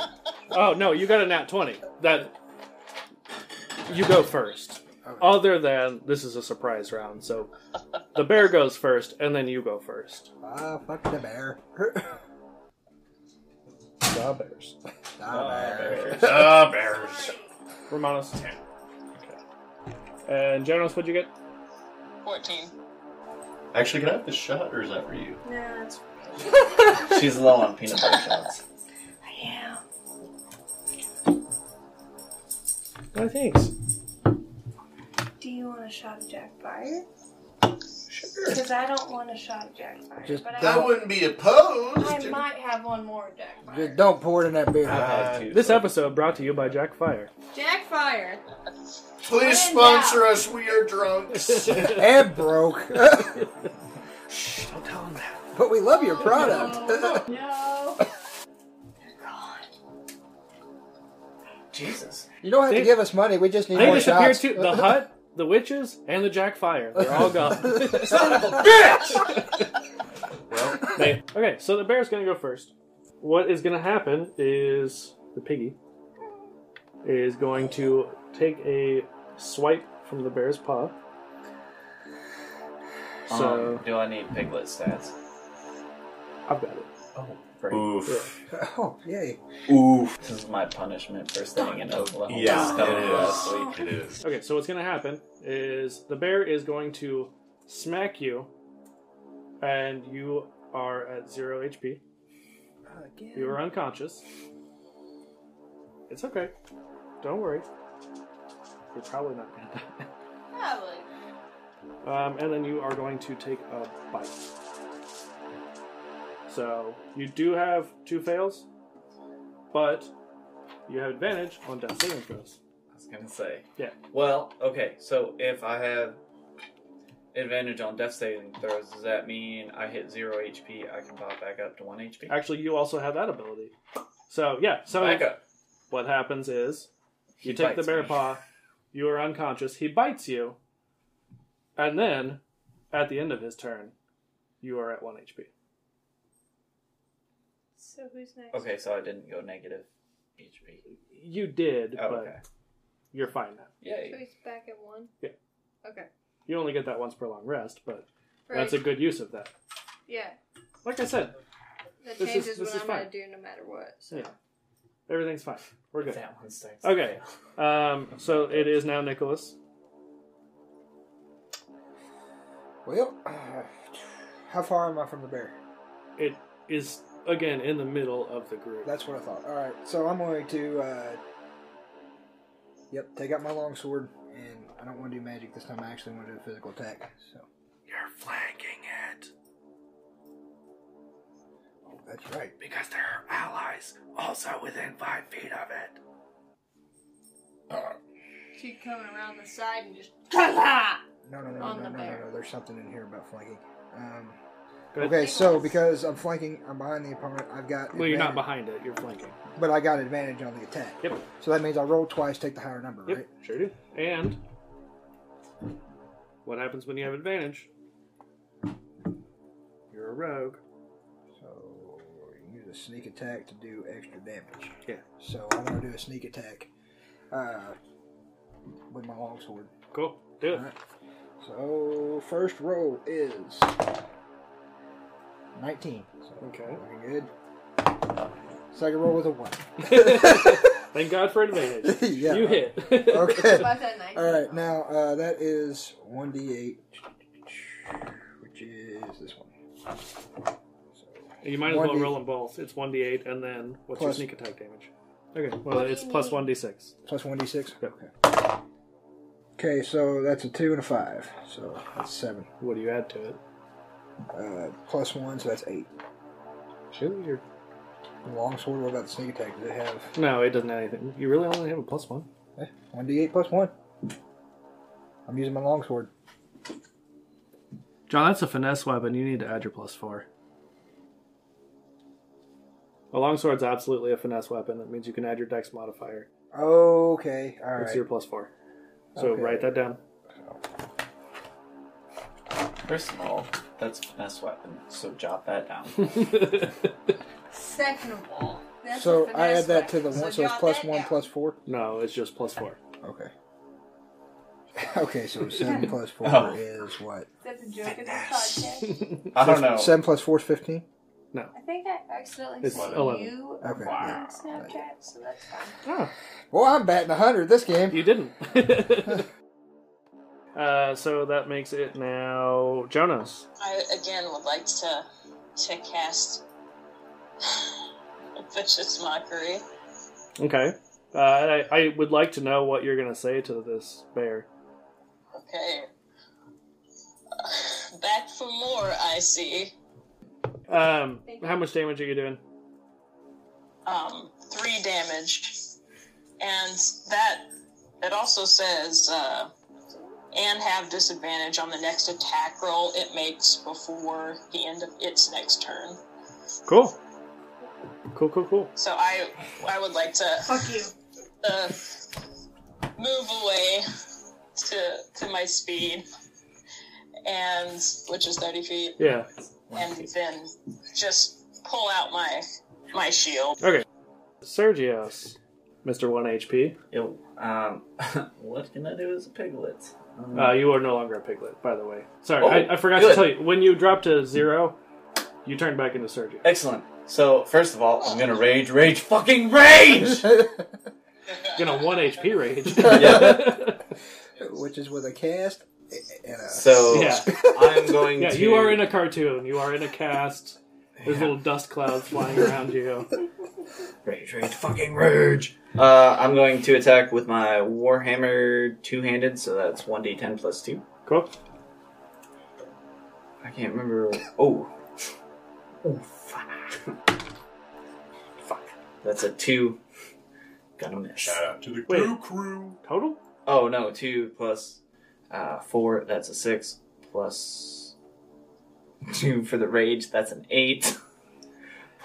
[SPEAKER 7] (laughs)
[SPEAKER 1] Oh, no, you got a nat 20. That. You go first. Other than this is a surprise round, so the bear goes first, and then you go first.
[SPEAKER 7] ah, fuck the bear.
[SPEAKER 1] Job bears.
[SPEAKER 7] Ah, bear.
[SPEAKER 6] (laughs) Ah, bears.
[SPEAKER 1] Romanos. Okay. And Jonas, what'd you get?
[SPEAKER 5] 14.
[SPEAKER 6] Actually, can I have this shot, or is that for you?
[SPEAKER 4] no, it's
[SPEAKER 3] she's low on peanut butter shots.
[SPEAKER 4] I am.
[SPEAKER 1] No thanks.
[SPEAKER 4] Do you want a shot of Jack Fire? Sure. Because I don't want a shot of Jack Fire,
[SPEAKER 7] Just
[SPEAKER 4] but
[SPEAKER 7] don't-
[SPEAKER 6] I
[SPEAKER 4] I,
[SPEAKER 6] wouldn't be opposed.
[SPEAKER 4] I
[SPEAKER 6] to-
[SPEAKER 4] might have one more of Jack Fire.
[SPEAKER 7] Just don't pour it in that beer.
[SPEAKER 3] I've had two,
[SPEAKER 1] Uh, This
[SPEAKER 3] so-
[SPEAKER 1] episode brought to you by Jack Fire.
[SPEAKER 4] Jack Fire.
[SPEAKER 6] Please
[SPEAKER 4] When in
[SPEAKER 6] sponsor us. We are drunks.
[SPEAKER 7] and broke.
[SPEAKER 1] Don't tell him that.
[SPEAKER 7] but we love your product.
[SPEAKER 4] Oh, No.
[SPEAKER 7] (laughs)
[SPEAKER 3] Jesus.
[SPEAKER 7] you don't have
[SPEAKER 1] They-
[SPEAKER 7] to give us money. We just need
[SPEAKER 1] They
[SPEAKER 7] more
[SPEAKER 1] disappeared
[SPEAKER 7] shots.
[SPEAKER 1] too. The hut, the witches, and the Jack Fire. They're all gone.
[SPEAKER 6] (laughs) well,
[SPEAKER 1] They- okay, so the bear's gonna go first. What is gonna happen is the piggy is going to take a swipe from the bear's paw. So
[SPEAKER 3] Um, do I need piglet stats?
[SPEAKER 1] I've got it.
[SPEAKER 3] Great.
[SPEAKER 6] oof,
[SPEAKER 7] (laughs) Oh, yay.
[SPEAKER 6] oof.
[SPEAKER 3] This is my punishment for staying in Oklahoma.
[SPEAKER 6] Yeah,
[SPEAKER 3] Stone
[SPEAKER 6] it is. Oh.
[SPEAKER 3] last week.
[SPEAKER 6] It is.
[SPEAKER 1] Okay, so what's going to happen is the bear is going to smack you, and you are at zero HP. You are unconscious. It's okay. Don't worry. You're probably not going to die.
[SPEAKER 4] Probably.
[SPEAKER 1] Um, and then you are going to take a bite. So you do have two fails, but you have advantage on death saving throws.
[SPEAKER 3] I was gonna say.
[SPEAKER 1] Yeah.
[SPEAKER 3] Well, okay. So if I have advantage on death saving throws, does that mean I hit zero HP? I can pop back up to one HP.
[SPEAKER 1] Actually, you also have that ability. So yeah. So
[SPEAKER 3] back up.
[SPEAKER 1] what happens is you
[SPEAKER 3] He
[SPEAKER 1] take the
[SPEAKER 3] bites
[SPEAKER 1] bear
[SPEAKER 3] me.
[SPEAKER 1] paw, you are unconscious, he bites you, and then at the end of his turn, you are at one HP.
[SPEAKER 4] So who's next?
[SPEAKER 3] Okay, so I didn't go negative HP.
[SPEAKER 1] You did,
[SPEAKER 3] Oh,
[SPEAKER 1] but
[SPEAKER 3] okay.
[SPEAKER 1] you're fine now.
[SPEAKER 4] So
[SPEAKER 3] Yay.
[SPEAKER 4] he's back at one?
[SPEAKER 1] Yeah.
[SPEAKER 4] Okay.
[SPEAKER 1] You only get that once per long rest, but
[SPEAKER 4] Right.
[SPEAKER 1] that's a good use of that.
[SPEAKER 4] yeah.
[SPEAKER 1] Like I said,
[SPEAKER 4] That
[SPEAKER 1] This is-
[SPEAKER 4] changes
[SPEAKER 1] this
[SPEAKER 4] what
[SPEAKER 1] is
[SPEAKER 4] I'm
[SPEAKER 1] fine.
[SPEAKER 4] gonna do no matter what. So
[SPEAKER 1] Yeah. everything's fine. We're good.
[SPEAKER 3] That one starts.
[SPEAKER 1] Okay. Um, so it is now Nicholas.
[SPEAKER 7] Well, uh, how far am I from the bear?
[SPEAKER 1] It is again in the middle of the group.
[SPEAKER 7] That's what I thought. All right, so I'm going to, uh, yep, take out my longsword, and I don't want to do magic this time. I actually want to do a physical attack. So
[SPEAKER 1] You're flanking it
[SPEAKER 7] Oh, that's right.
[SPEAKER 1] because there are allies also within five feet of it.
[SPEAKER 4] she's coming around the side and just (laughs)
[SPEAKER 7] No, no, no, no,
[SPEAKER 4] On
[SPEAKER 7] no,
[SPEAKER 4] the
[SPEAKER 7] no,
[SPEAKER 4] bear.
[SPEAKER 7] no. There's something in here about flanking. Um,
[SPEAKER 1] Good.
[SPEAKER 7] okay,
[SPEAKER 4] Take
[SPEAKER 7] so
[SPEAKER 4] less.
[SPEAKER 7] because I'm flanking, I'm behind the opponent. I've got
[SPEAKER 1] Well, you're not
[SPEAKER 7] advantage-
[SPEAKER 1] behind it. You're flanking.
[SPEAKER 7] but I got advantage on the attack.
[SPEAKER 1] Yep.
[SPEAKER 7] So that means I roll twice, take the higher number,
[SPEAKER 1] Yep,
[SPEAKER 7] right?
[SPEAKER 1] sure do. And what happens when you have advantage? You're a rogue.
[SPEAKER 7] So you use a sneak attack to do extra damage.
[SPEAKER 1] Yeah.
[SPEAKER 7] So I'm gonna do a sneak attack uh, with my longsword.
[SPEAKER 1] Cool. Do it.
[SPEAKER 7] Alright. So first roll is nineteen. So
[SPEAKER 1] Okay.
[SPEAKER 7] looking good. Second roll with a one. (laughs)
[SPEAKER 1] (laughs) Thank God for advantage.
[SPEAKER 7] yeah.
[SPEAKER 1] you hit.
[SPEAKER 7] (laughs) Okay.
[SPEAKER 4] about that night.
[SPEAKER 7] All right. Now uh, that is one d eight, which is this one. So
[SPEAKER 1] (laughs) you might as well
[SPEAKER 7] 1d8.
[SPEAKER 1] roll them both. It's 1d8, and then what's
[SPEAKER 7] Plus-
[SPEAKER 1] your sneak attack damage? Okay, well, it's plus 1d6.
[SPEAKER 7] plus one d six.
[SPEAKER 1] Yep.
[SPEAKER 7] Okay. Okay. So that's a two and a five. So that's seven.
[SPEAKER 1] What do you add to it?
[SPEAKER 7] Uh, plus one, so that's eight.
[SPEAKER 1] Shoot, you're...
[SPEAKER 7] Longsword. What about the sneak attack? Does it have
[SPEAKER 1] No, it doesn't add anything. You really only have a plus one.
[SPEAKER 7] One D eight plus one. I'm using my longsword.
[SPEAKER 1] John, that's a finesse weapon. You need to add your plus four. A longsword's absolutely a finesse weapon. That means you can add your dex modifier.
[SPEAKER 7] Okay, all
[SPEAKER 1] It's
[SPEAKER 7] right.
[SPEAKER 1] your plus four. So
[SPEAKER 7] Okay.
[SPEAKER 1] write that down. (laughs)
[SPEAKER 3] First of all, that's a finesse weapon, so jot
[SPEAKER 1] (laughs)
[SPEAKER 3] that down.
[SPEAKER 4] Second of all, that's
[SPEAKER 7] so
[SPEAKER 4] a
[SPEAKER 7] I add
[SPEAKER 4] finesse
[SPEAKER 7] that to the
[SPEAKER 4] weapon,
[SPEAKER 7] one, so it's
[SPEAKER 4] jot
[SPEAKER 7] plus
[SPEAKER 4] that
[SPEAKER 7] one
[SPEAKER 4] down.
[SPEAKER 7] plus four.
[SPEAKER 1] no, it's just plus (laughs) four.
[SPEAKER 7] Okay. (laughs) okay, so
[SPEAKER 1] (laughs)
[SPEAKER 7] seven plus four
[SPEAKER 3] Oh.
[SPEAKER 7] is what?
[SPEAKER 4] That's a joke in the podcast.
[SPEAKER 3] I don't know.
[SPEAKER 7] Seven plus four is fifteen.
[SPEAKER 4] I think I accidentally
[SPEAKER 1] It's
[SPEAKER 4] sent
[SPEAKER 1] 11.
[SPEAKER 4] you a
[SPEAKER 7] Okay.
[SPEAKER 4] on
[SPEAKER 7] yeah.
[SPEAKER 4] Snapchat, so that's fine.
[SPEAKER 1] Oh,
[SPEAKER 7] Well, I'm batting hundred this game.
[SPEAKER 1] you didn't. (laughs) uh, so that makes it now Jonas.
[SPEAKER 5] I again would like to to cast (sighs) vicious mockery.
[SPEAKER 1] Okay. Uh, I, I would like to know what you're going to say to this bear.
[SPEAKER 5] Okay. (sighs) Back for more, I see.
[SPEAKER 1] Um,
[SPEAKER 4] Thank you.
[SPEAKER 1] how much damage are you doing?
[SPEAKER 5] Um, three damage. And that, it also says, uh, and have disadvantage on the next attack roll it makes before the end of its next turn.
[SPEAKER 1] Cool. Cool, cool, cool.
[SPEAKER 5] So I, I would like to
[SPEAKER 4] Fuck you.
[SPEAKER 5] uh, move away to to my speed, and which is thirty feet,
[SPEAKER 1] Yeah.
[SPEAKER 5] and then just pull out my my shield.
[SPEAKER 1] Sergios, Mr. 1 HP.
[SPEAKER 3] Yo, um, (laughs) what can I do as a piglet? Um,
[SPEAKER 1] Uh, you are no longer a piglet, by the way. Sorry,
[SPEAKER 3] Oh,
[SPEAKER 1] I, I forgot to
[SPEAKER 3] good.
[SPEAKER 1] tell you. When you drop to zero, you turn back into Sergio.
[SPEAKER 3] Excellent. So, first of all, I'm gonna rage, rage,
[SPEAKER 1] (laughs)
[SPEAKER 3] fucking rage!
[SPEAKER 1] You're gonna 1 HP (laughs) rage.
[SPEAKER 3] Yeah.
[SPEAKER 7] (laughs) Which is with a cast. And a,
[SPEAKER 3] So,
[SPEAKER 1] Yeah.
[SPEAKER 3] I'm going
[SPEAKER 1] yeah,
[SPEAKER 3] to.
[SPEAKER 1] you are in a cartoon. You are in a cast. There's little dust clouds flying around you.
[SPEAKER 10] Rage, rage, fucking rage.
[SPEAKER 3] Uh, I'm going to attack with my warhammer two-handed, so that's one d10 plus two.
[SPEAKER 1] Cool.
[SPEAKER 3] I can't remember. Oh, oh, fuck, fuck. That's a two. Gonna miss.
[SPEAKER 6] Shout out to the
[SPEAKER 1] Wait.
[SPEAKER 6] crew crew.
[SPEAKER 1] Total?
[SPEAKER 3] Oh no, two plus uh, four. That's a six. Plus two for the rage. That's an eight.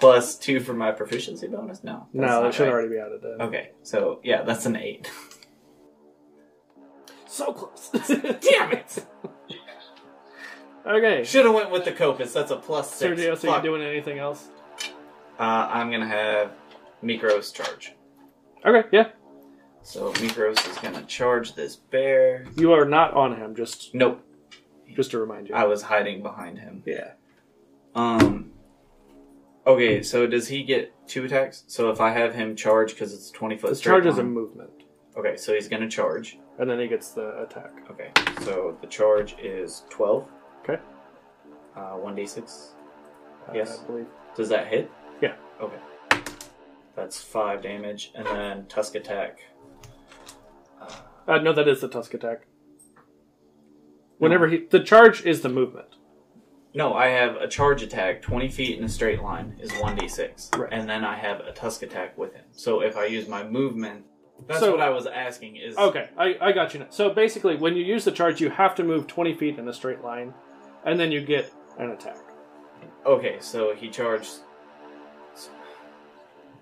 [SPEAKER 3] plus two for my proficiency bonus. No, that's
[SPEAKER 1] No,
[SPEAKER 3] not
[SPEAKER 1] that should
[SPEAKER 3] right.
[SPEAKER 1] already be out of there.
[SPEAKER 3] Okay, so yeah, that's an eight.
[SPEAKER 1] So close. (laughs) Damn it. Okay.
[SPEAKER 3] Should have went with the Copus. That's a plus six.
[SPEAKER 1] Sergio, so
[SPEAKER 3] Fuck.
[SPEAKER 1] you doing anything else?
[SPEAKER 3] Uh, I'm gonna have Mikros charge.
[SPEAKER 1] Okay, yeah.
[SPEAKER 3] So Mikros is gonna charge this bear.
[SPEAKER 1] You are not on him, just
[SPEAKER 3] Nope,
[SPEAKER 1] just to remind you.
[SPEAKER 3] I was hiding behind him.
[SPEAKER 1] yeah.
[SPEAKER 3] Um. Okay, so does he get two attacks? So if I have him charge because it's twenty foot
[SPEAKER 1] This
[SPEAKER 3] straight
[SPEAKER 1] charge is a
[SPEAKER 3] line-
[SPEAKER 1] movement.
[SPEAKER 3] Okay, so he's gonna charge.
[SPEAKER 1] And then he gets the attack.
[SPEAKER 3] Okay, so the charge is twelve.
[SPEAKER 1] Okay.
[SPEAKER 3] Uh, one d six.
[SPEAKER 1] Uh,
[SPEAKER 3] Yes.
[SPEAKER 1] I believe.
[SPEAKER 3] Does that hit?
[SPEAKER 1] Yeah.
[SPEAKER 3] Okay. That's five damage, and then tusk attack.
[SPEAKER 1] Uh, no, that is the tusk attack. Whenever he. The charge is the movement.
[SPEAKER 3] No, I have a charge attack, twenty feet in a straight line is one d six,
[SPEAKER 1] Right.
[SPEAKER 3] and then I have a tusk attack with him. So if I use my movement, that's
[SPEAKER 1] So-
[SPEAKER 3] what I was asking. Is
[SPEAKER 1] Okay, I, I got you now. So basically, when you use the charge, you have to move 20 feet in a straight line, and then you get an attack.
[SPEAKER 3] Okay, so he charged.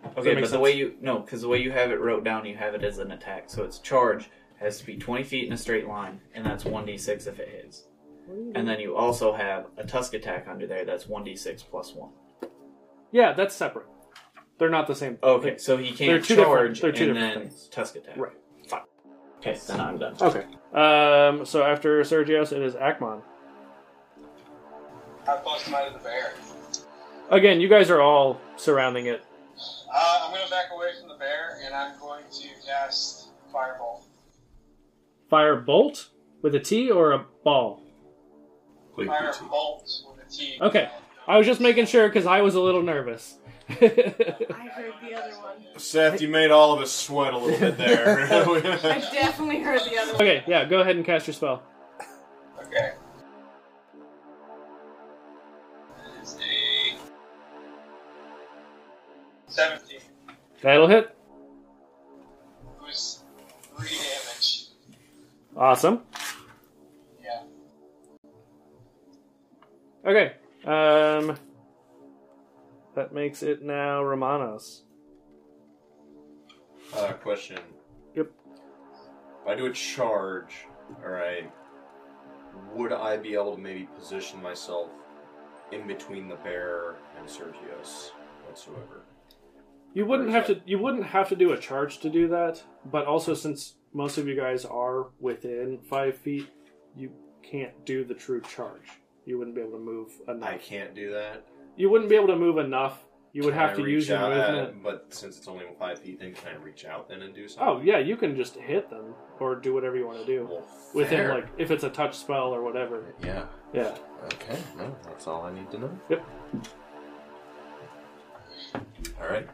[SPEAKER 1] that
[SPEAKER 3] Okay,
[SPEAKER 1] make
[SPEAKER 3] but the
[SPEAKER 1] sense?
[SPEAKER 3] way you no, because the way you have it wrote down, you have it as an attack. So its charge has to be twenty feet in a straight line, and that's one d six if it hits. And then you also have a tusk attack under there. That's one d six plus one.
[SPEAKER 1] Yeah, that's separate. They're not the same.
[SPEAKER 3] Okay, so he
[SPEAKER 1] They're
[SPEAKER 3] can't
[SPEAKER 1] two different-
[SPEAKER 3] charge
[SPEAKER 1] they're two
[SPEAKER 3] and
[SPEAKER 1] different
[SPEAKER 3] then
[SPEAKER 1] things.
[SPEAKER 3] tusk attack.
[SPEAKER 1] Right.
[SPEAKER 3] Fuck. Okay, then I'm done.
[SPEAKER 1] Okay. Um, so after Sergios, it is Akmon.
[SPEAKER 8] I bust him out of the bear.
[SPEAKER 1] Again, you guys are all surrounding it.
[SPEAKER 8] Uh, I'm going to back away from the bear, and I'm going to cast Fireball.
[SPEAKER 1] Fire bolt with a T or a ball?
[SPEAKER 6] Click the T.
[SPEAKER 8] Firebolt with a T.
[SPEAKER 1] Okay. I was just making sure because I was a little nervous. (laughs)
[SPEAKER 4] I heard the other one.
[SPEAKER 6] Seth, you made all of us sweat a
[SPEAKER 1] (laughs)
[SPEAKER 6] little bit
[SPEAKER 4] I
[SPEAKER 6] there.
[SPEAKER 4] definitely heard the other one.
[SPEAKER 1] okay, yeah, go ahead and cast your spell.
[SPEAKER 8] Okay. That is a 17,
[SPEAKER 1] That'll hit.
[SPEAKER 8] who's 3 damage.
[SPEAKER 1] Awesome.
[SPEAKER 8] Yeah.
[SPEAKER 1] Okay. Um, that makes it now Romanos.
[SPEAKER 6] uh, question.
[SPEAKER 1] Yep.
[SPEAKER 6] If I do a charge, all right, would I be able to maybe position myself in between the bear and Sergius whatsoever?
[SPEAKER 1] You wouldn't have to. You wouldn't have to do a charge to do that. But also, since most of you guys are within five feet, you can't do the true charge. You wouldn't be able to move
[SPEAKER 6] I
[SPEAKER 1] enough.
[SPEAKER 6] can't do that.
[SPEAKER 1] You wouldn't be able to move enough. You would
[SPEAKER 6] Can
[SPEAKER 1] have
[SPEAKER 6] I
[SPEAKER 1] to
[SPEAKER 6] reach
[SPEAKER 1] use your
[SPEAKER 6] out at
[SPEAKER 1] movement.
[SPEAKER 6] it? but since it's only five feet, then can I reach out then and do
[SPEAKER 1] Oh
[SPEAKER 6] something?
[SPEAKER 1] yeah, you can just hit them or do whatever you want to do
[SPEAKER 6] Well,
[SPEAKER 1] within
[SPEAKER 6] fair.
[SPEAKER 1] like if it's a touch spell or whatever.
[SPEAKER 6] Yeah. (laughs)
[SPEAKER 1] Yeah.
[SPEAKER 6] Okay. No, that's all I need to know.
[SPEAKER 1] Yep.
[SPEAKER 6] All right.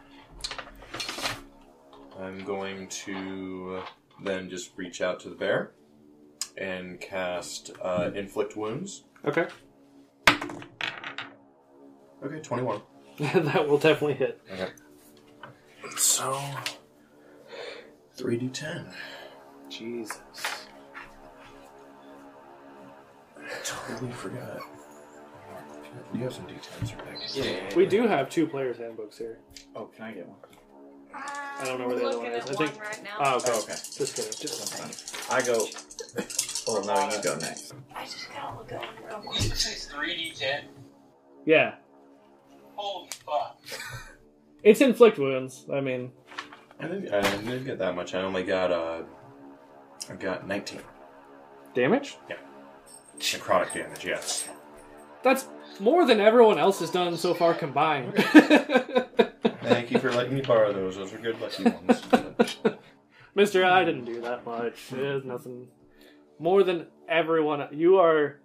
[SPEAKER 6] I'm going to uh, then just reach out to the bear and cast uh, inflict wounds.
[SPEAKER 1] Okay.
[SPEAKER 6] Okay, 21.
[SPEAKER 1] (laughs) that will definitely hit.
[SPEAKER 6] Okay. So, 3d10.
[SPEAKER 1] Jesus.
[SPEAKER 6] Totally forgot. Do you have some d10s or things?
[SPEAKER 3] Yeah.
[SPEAKER 1] We do have two players' handbooks here.
[SPEAKER 3] Oh, can I get one?
[SPEAKER 1] I don't know where the other one
[SPEAKER 4] Looking
[SPEAKER 1] is.
[SPEAKER 4] at
[SPEAKER 1] I think.
[SPEAKER 4] one right now.
[SPEAKER 1] Oh, okay.
[SPEAKER 3] Oh, okay.
[SPEAKER 1] Just kidding. Just
[SPEAKER 3] I go. (laughs) Oh no, you go next.
[SPEAKER 4] I just gotta look up real
[SPEAKER 8] Did you say 3d10?
[SPEAKER 1] Yeah.
[SPEAKER 8] Holy fuck.
[SPEAKER 1] It's inflict wounds. I mean,
[SPEAKER 6] I didn't, I didn't get that much. I only got, uh, I got 19.
[SPEAKER 1] damage?
[SPEAKER 6] Necrotic damage, yes.
[SPEAKER 1] That's more than everyone else has done so far
[SPEAKER 6] (laughs)
[SPEAKER 1] combined. (laughs)
[SPEAKER 6] Thank you for letting me borrow those. Those are good lucky ones.
[SPEAKER 1] Mister, I didn't do that much. There's nothing more than everyone. You are,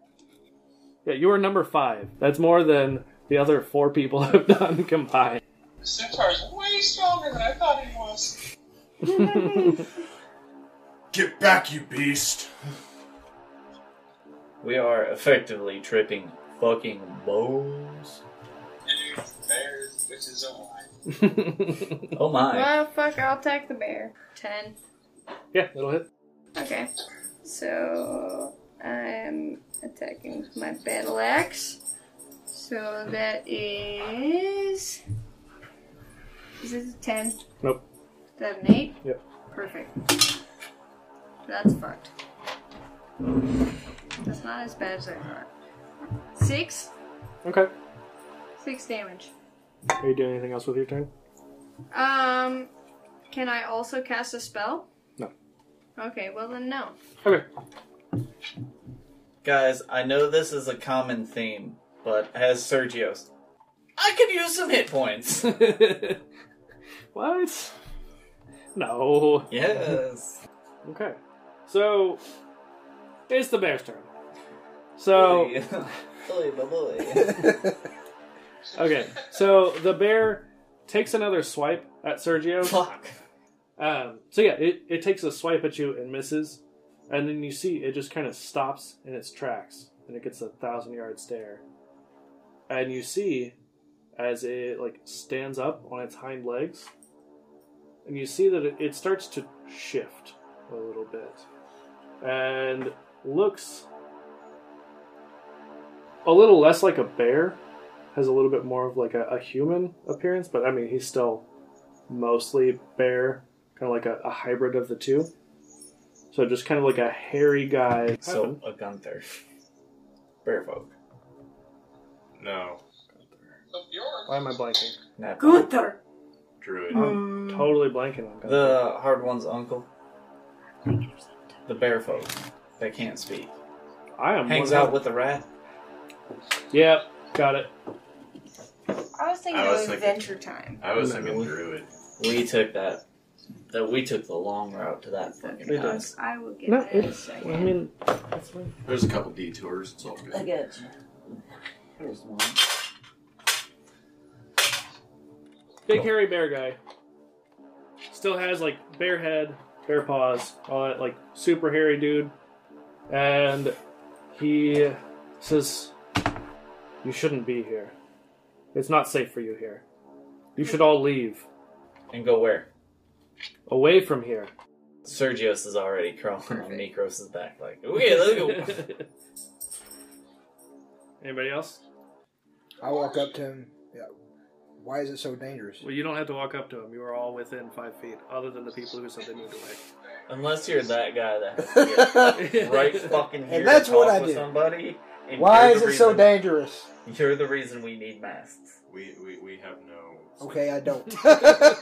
[SPEAKER 1] yeah, you are number five. That's more than the other four people (laughs) have done (laughs) combined.
[SPEAKER 8] Centaur is way stronger than I thought he was.
[SPEAKER 6] Get back, you beast!
[SPEAKER 3] We are effectively tripping fucking bows.
[SPEAKER 8] Dude, bears, witches, oh my.
[SPEAKER 3] Oh my.
[SPEAKER 4] Motherfucker, I'll attack the bear. Ten.
[SPEAKER 1] yeah, it'll hit.
[SPEAKER 4] Okay. So I'm attacking with my battle axe. So that is. Is this a 10?
[SPEAKER 1] Nope.
[SPEAKER 4] Is that an 8?
[SPEAKER 1] Yep.
[SPEAKER 4] Perfect. That's fucked. That's not as bad as I thought. 6?
[SPEAKER 1] Okay.
[SPEAKER 4] 6 damage.
[SPEAKER 1] Are you doing anything else with your turn?
[SPEAKER 4] Um, can I also cast a spell?
[SPEAKER 1] No.
[SPEAKER 4] Okay, well then no.
[SPEAKER 1] (laughs) Okay.
[SPEAKER 3] Guys, I know this is a common theme, but as Sergio's, I could use some hit points. (laughs)
[SPEAKER 1] what? No.
[SPEAKER 3] yes.
[SPEAKER 1] Okay. So it's the bear's turn. So
[SPEAKER 3] Boy, (laughs) boy, boy.
[SPEAKER 1] okay. So the bear takes another swipe at
[SPEAKER 3] (laughs)
[SPEAKER 1] Sergio.
[SPEAKER 3] Fuck.
[SPEAKER 1] Um, so yeah, it, it takes a swipe at you and misses, and then you see it just kind of stops in its tracks, and it gets a thousand yard stare, and you see as it like stands up on its hind legs, and you see that it, it starts to shift a little bit, and looks a little less like a bear, has a little bit more of like a, a human appearance, but I mean he's still mostly bear, kind of like a, a hybrid of the two. So just kind of like a hairy guy.
[SPEAKER 3] So a Gunther. Bear folk.
[SPEAKER 6] No,
[SPEAKER 8] Of your
[SPEAKER 1] Why am I blanking?
[SPEAKER 3] Not
[SPEAKER 4] Gunther!
[SPEAKER 6] druid.
[SPEAKER 1] I'm totally blanking on Gunther.
[SPEAKER 3] The hard one's uncle. The bear folk that can't speak.
[SPEAKER 1] I am
[SPEAKER 3] Hangs
[SPEAKER 1] one-
[SPEAKER 3] out with the rat.
[SPEAKER 1] Yep, got it.
[SPEAKER 4] I was thinking
[SPEAKER 6] I was
[SPEAKER 4] of
[SPEAKER 6] thinking-
[SPEAKER 4] Adventure Time.
[SPEAKER 6] I was thinking druid.
[SPEAKER 3] We took that. That we took the long route to that
[SPEAKER 1] We
[SPEAKER 3] fucking
[SPEAKER 1] did.
[SPEAKER 3] house.
[SPEAKER 4] I will get
[SPEAKER 1] No,
[SPEAKER 4] that in a
[SPEAKER 1] it's. I
[SPEAKER 4] second.
[SPEAKER 1] mean, that's fine.
[SPEAKER 6] There's a couple detours. It's all
[SPEAKER 10] I
[SPEAKER 6] good.
[SPEAKER 10] got you. Here's one.
[SPEAKER 1] big hairy bear guy. Still has like bear head, bear paws, all that like super hairy dude, and he says, "You shouldn't be here. It's not safe for you here. You should all leave."
[SPEAKER 3] And go where?
[SPEAKER 1] away from here.
[SPEAKER 3] Sergios is already crawling on
[SPEAKER 4] Perfect.
[SPEAKER 3] Nikros' back, like, okay, let's
[SPEAKER 7] (laughs)
[SPEAKER 3] go.
[SPEAKER 1] (laughs) Anybody else?
[SPEAKER 7] (laughs) I walk up to him. Yeah. Why is it so dangerous?
[SPEAKER 1] Well, you don't have to walk up to him. You are all within five feet, other than the people who said they moved away.
[SPEAKER 3] Unless you're that guy that
[SPEAKER 7] (laughs)
[SPEAKER 3] has to
[SPEAKER 7] Why
[SPEAKER 3] get right fucking here
[SPEAKER 7] that's
[SPEAKER 3] to talk
[SPEAKER 7] what I
[SPEAKER 3] with
[SPEAKER 7] do.
[SPEAKER 3] somebody. and you're
[SPEAKER 7] is
[SPEAKER 3] the
[SPEAKER 7] it so
[SPEAKER 3] reason-
[SPEAKER 7] dangerous?
[SPEAKER 3] You're the reason we need masks.
[SPEAKER 6] We, we we have no.
[SPEAKER 7] Okay,
[SPEAKER 1] (laughs)
[SPEAKER 7] I don't. (laughs) the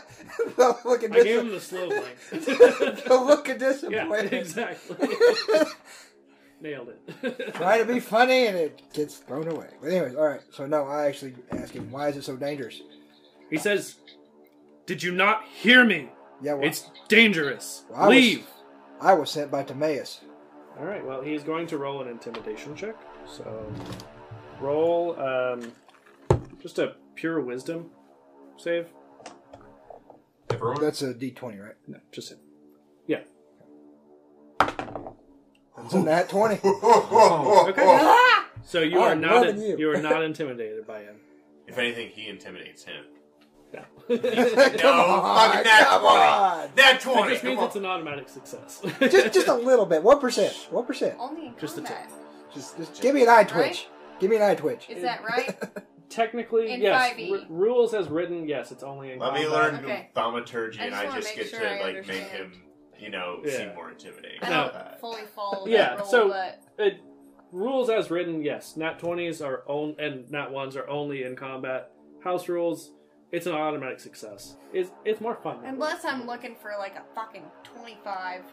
[SPEAKER 7] look of
[SPEAKER 1] I gave him
[SPEAKER 7] dis-
[SPEAKER 1] the
[SPEAKER 7] (laughs)
[SPEAKER 1] slow blank. (laughs)
[SPEAKER 7] the look of
[SPEAKER 1] yeah,
[SPEAKER 7] disappointment.
[SPEAKER 1] exactly. Nailed it.
[SPEAKER 7] (laughs) Try to be funny and it gets thrown away. But anyways, all right. So no, I actually ask him why is it so dangerous?
[SPEAKER 1] he says, "Did you not hear me?
[SPEAKER 7] Yeah, well,
[SPEAKER 1] It's dangerous.
[SPEAKER 7] Well, I was-
[SPEAKER 1] Leave."
[SPEAKER 7] I was sent by Timaeus.
[SPEAKER 1] All right. Well, he's going to roll an intimidation check. So, roll um, just a pure wisdom save.
[SPEAKER 6] Everyone.
[SPEAKER 7] That's a D twenty, right?
[SPEAKER 1] No, just him. Yeah.
[SPEAKER 7] It's a nat
[SPEAKER 1] (laughs)
[SPEAKER 7] twenty.
[SPEAKER 1] Okay.
[SPEAKER 6] Oh.
[SPEAKER 4] Ah!
[SPEAKER 1] So you
[SPEAKER 7] Oh, I'm
[SPEAKER 1] are not
[SPEAKER 7] loving you.
[SPEAKER 1] you.
[SPEAKER 7] (laughs)
[SPEAKER 1] are not intimidated by him.
[SPEAKER 6] If anything, he intimidates him.
[SPEAKER 1] (laughs) It
[SPEAKER 7] come
[SPEAKER 6] fucking
[SPEAKER 7] on,
[SPEAKER 6] nat
[SPEAKER 7] come
[SPEAKER 6] 20.
[SPEAKER 7] on.
[SPEAKER 6] That twenty.
[SPEAKER 1] just means
[SPEAKER 6] Come
[SPEAKER 1] it's
[SPEAKER 6] on.
[SPEAKER 1] an automatic success.
[SPEAKER 7] Just, just a little bit. What percent? What percent?
[SPEAKER 4] Only in
[SPEAKER 1] Just the
[SPEAKER 4] combat.
[SPEAKER 7] Just, just give me an eye twitch.
[SPEAKER 4] Right?
[SPEAKER 7] Give me an eye twitch.
[SPEAKER 4] Is
[SPEAKER 1] (laughs)
[SPEAKER 4] that right?
[SPEAKER 1] (laughs)
[SPEAKER 7] (laughs)
[SPEAKER 1] Technically,
[SPEAKER 4] In
[SPEAKER 1] yes.
[SPEAKER 4] 5e.
[SPEAKER 1] R- rules as written, yes. It's only in
[SPEAKER 6] Let me
[SPEAKER 1] combat.
[SPEAKER 6] learn
[SPEAKER 4] Okay.
[SPEAKER 6] thaumaturgy,
[SPEAKER 4] I
[SPEAKER 6] and
[SPEAKER 4] just
[SPEAKER 6] I
[SPEAKER 4] wanna
[SPEAKER 6] just
[SPEAKER 4] make
[SPEAKER 6] get
[SPEAKER 4] sure
[SPEAKER 6] to
[SPEAKER 4] I
[SPEAKER 6] like make
[SPEAKER 4] understand.
[SPEAKER 6] him, you know,
[SPEAKER 1] Yeah.
[SPEAKER 6] seem more intimidating.
[SPEAKER 4] I
[SPEAKER 1] No.
[SPEAKER 4] don't fully follow that
[SPEAKER 1] Yeah,
[SPEAKER 4] role,
[SPEAKER 1] so-
[SPEAKER 4] but
[SPEAKER 1] It, Uh, rules as written, yes. Nat twenties are on and nat ones are only in combat. House rules, it's an automatic success. It's it's more fun. that way.
[SPEAKER 4] unless I'm looking for like a fucking twenty-five,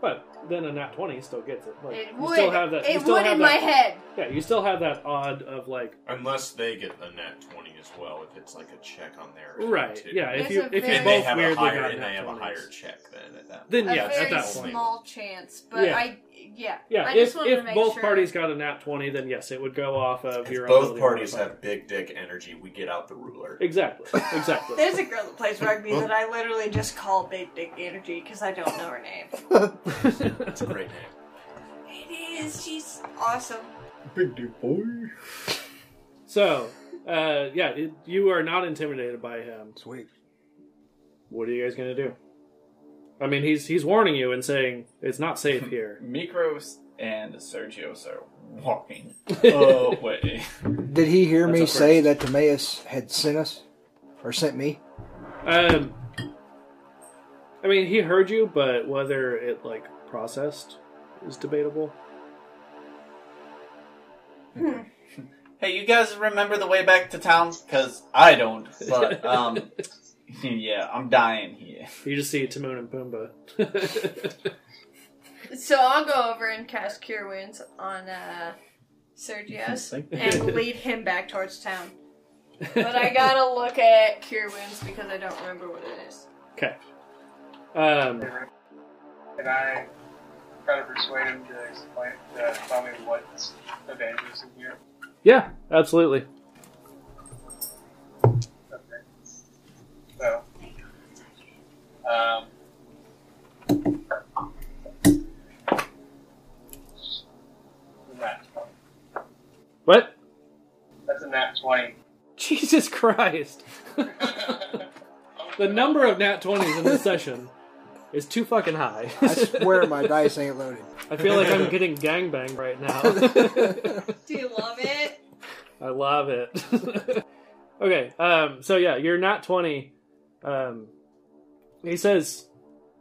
[SPEAKER 1] But then a nat twenty still gets it. Like,
[SPEAKER 4] It
[SPEAKER 1] you
[SPEAKER 4] would.
[SPEAKER 1] still have that. you
[SPEAKER 4] it
[SPEAKER 1] still
[SPEAKER 4] would
[SPEAKER 1] have
[SPEAKER 4] in
[SPEAKER 1] that,
[SPEAKER 4] my head.
[SPEAKER 1] Yeah, you still have that odd of like.
[SPEAKER 6] Unless they get a net twenty as well, if it's like a check on their account,
[SPEAKER 1] Right.
[SPEAKER 6] too.
[SPEAKER 1] Yeah. If
[SPEAKER 4] There's
[SPEAKER 1] you
[SPEAKER 4] a
[SPEAKER 1] if you
[SPEAKER 4] very-
[SPEAKER 6] and they
[SPEAKER 1] both
[SPEAKER 6] have a
[SPEAKER 1] weirdly
[SPEAKER 6] higher
[SPEAKER 1] got
[SPEAKER 6] and
[SPEAKER 1] nat
[SPEAKER 6] they have a
[SPEAKER 1] 20s.
[SPEAKER 6] higher check then at that.
[SPEAKER 1] Then
[SPEAKER 4] A
[SPEAKER 1] yes,
[SPEAKER 4] very
[SPEAKER 1] at that
[SPEAKER 6] small
[SPEAKER 1] point.
[SPEAKER 4] small chance, but
[SPEAKER 1] Yeah.
[SPEAKER 4] I yeah.
[SPEAKER 1] Yeah.
[SPEAKER 4] I
[SPEAKER 1] If
[SPEAKER 4] just wanted to
[SPEAKER 1] if
[SPEAKER 4] make
[SPEAKER 1] both
[SPEAKER 4] sure.
[SPEAKER 1] parties got a nat twenty, then yes, it would go off of your.
[SPEAKER 6] If both
[SPEAKER 1] ability
[SPEAKER 6] parties
[SPEAKER 1] modifier.
[SPEAKER 6] have big dick energy, we get out
[SPEAKER 1] (laughs)
[SPEAKER 6] the ruler. (laughs)
[SPEAKER 1] Exactly. Exactly.
[SPEAKER 11] There's a girl that plays rugby that I literally just call Big Dick Energy because I don't know her name.
[SPEAKER 6] It's a great name.
[SPEAKER 11] It is. She's awesome.
[SPEAKER 3] Big dick boy.
[SPEAKER 1] so, uh, yeah, it, you are not intimidated by him.
[SPEAKER 7] Sweet.
[SPEAKER 1] What are you guys gonna do? I mean, he's he's warning you and saying it's not safe
[SPEAKER 7] (laughs)
[SPEAKER 1] here.
[SPEAKER 3] Mikros and Sergios are
[SPEAKER 7] (laughs)
[SPEAKER 3] walking away.
[SPEAKER 7] Did he hear
[SPEAKER 1] That's
[SPEAKER 7] me
[SPEAKER 1] a
[SPEAKER 7] say
[SPEAKER 1] first.
[SPEAKER 7] that Timaeus had sent us? Or sent me?
[SPEAKER 1] Um, I mean, he heard you, but whether it like processed is debatable.
[SPEAKER 3] hey, you guys remember the way back to town? Because I don't. But um, (laughs) yeah, I'm dying here.
[SPEAKER 1] You just see Timon and Pumbaa.
[SPEAKER 4] So I'll go over and cast Cure Wounds on uh, Sergius and lead him back towards town. But I gotta look at Cure Wounds because I don't remember what it is.
[SPEAKER 1] okay. (laughs) Um,
[SPEAKER 8] And I try to persuade him to explain, to tell me what's evangelism here.
[SPEAKER 1] yeah, absolutely.
[SPEAKER 8] Okay. So, um, nat 20.
[SPEAKER 1] What? (laughs)
[SPEAKER 8] that's a nat 20.
[SPEAKER 1] Jesus
[SPEAKER 4] (laughs)
[SPEAKER 1] Christ! the number of nat twenties in this session is too fucking high. (laughs)
[SPEAKER 7] I swear my dice ain't loaded.
[SPEAKER 1] I feel like I'm getting gangbanged right
[SPEAKER 7] (laughs)
[SPEAKER 1] now.
[SPEAKER 4] Do you love it?
[SPEAKER 1] I love it. (laughs) okay, um, so yeah, you're not 20. Um, he says,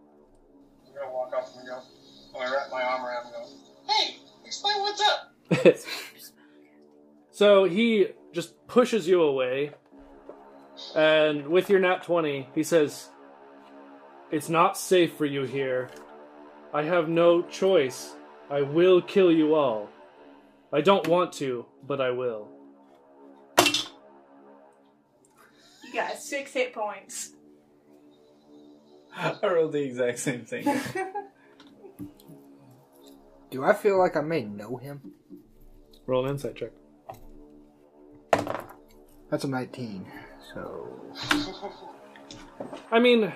[SPEAKER 1] (laughs)
[SPEAKER 8] I'm gonna walk up and go, I'm gonna wrap my arm around and go, hey, explain what's up.
[SPEAKER 1] so he just pushes you away, and with your nat 20, he says, It's not safe for you here. I have no choice. I will kill you all. I don't want to, but I will.
[SPEAKER 11] You got six hit points.
[SPEAKER 3] (laughs) I rolled the exact
[SPEAKER 4] (laughs)
[SPEAKER 3] same thing.
[SPEAKER 7] Do I feel like I may know him?
[SPEAKER 1] Roll an insight check.
[SPEAKER 7] That's a 19. So.
[SPEAKER 1] I mean,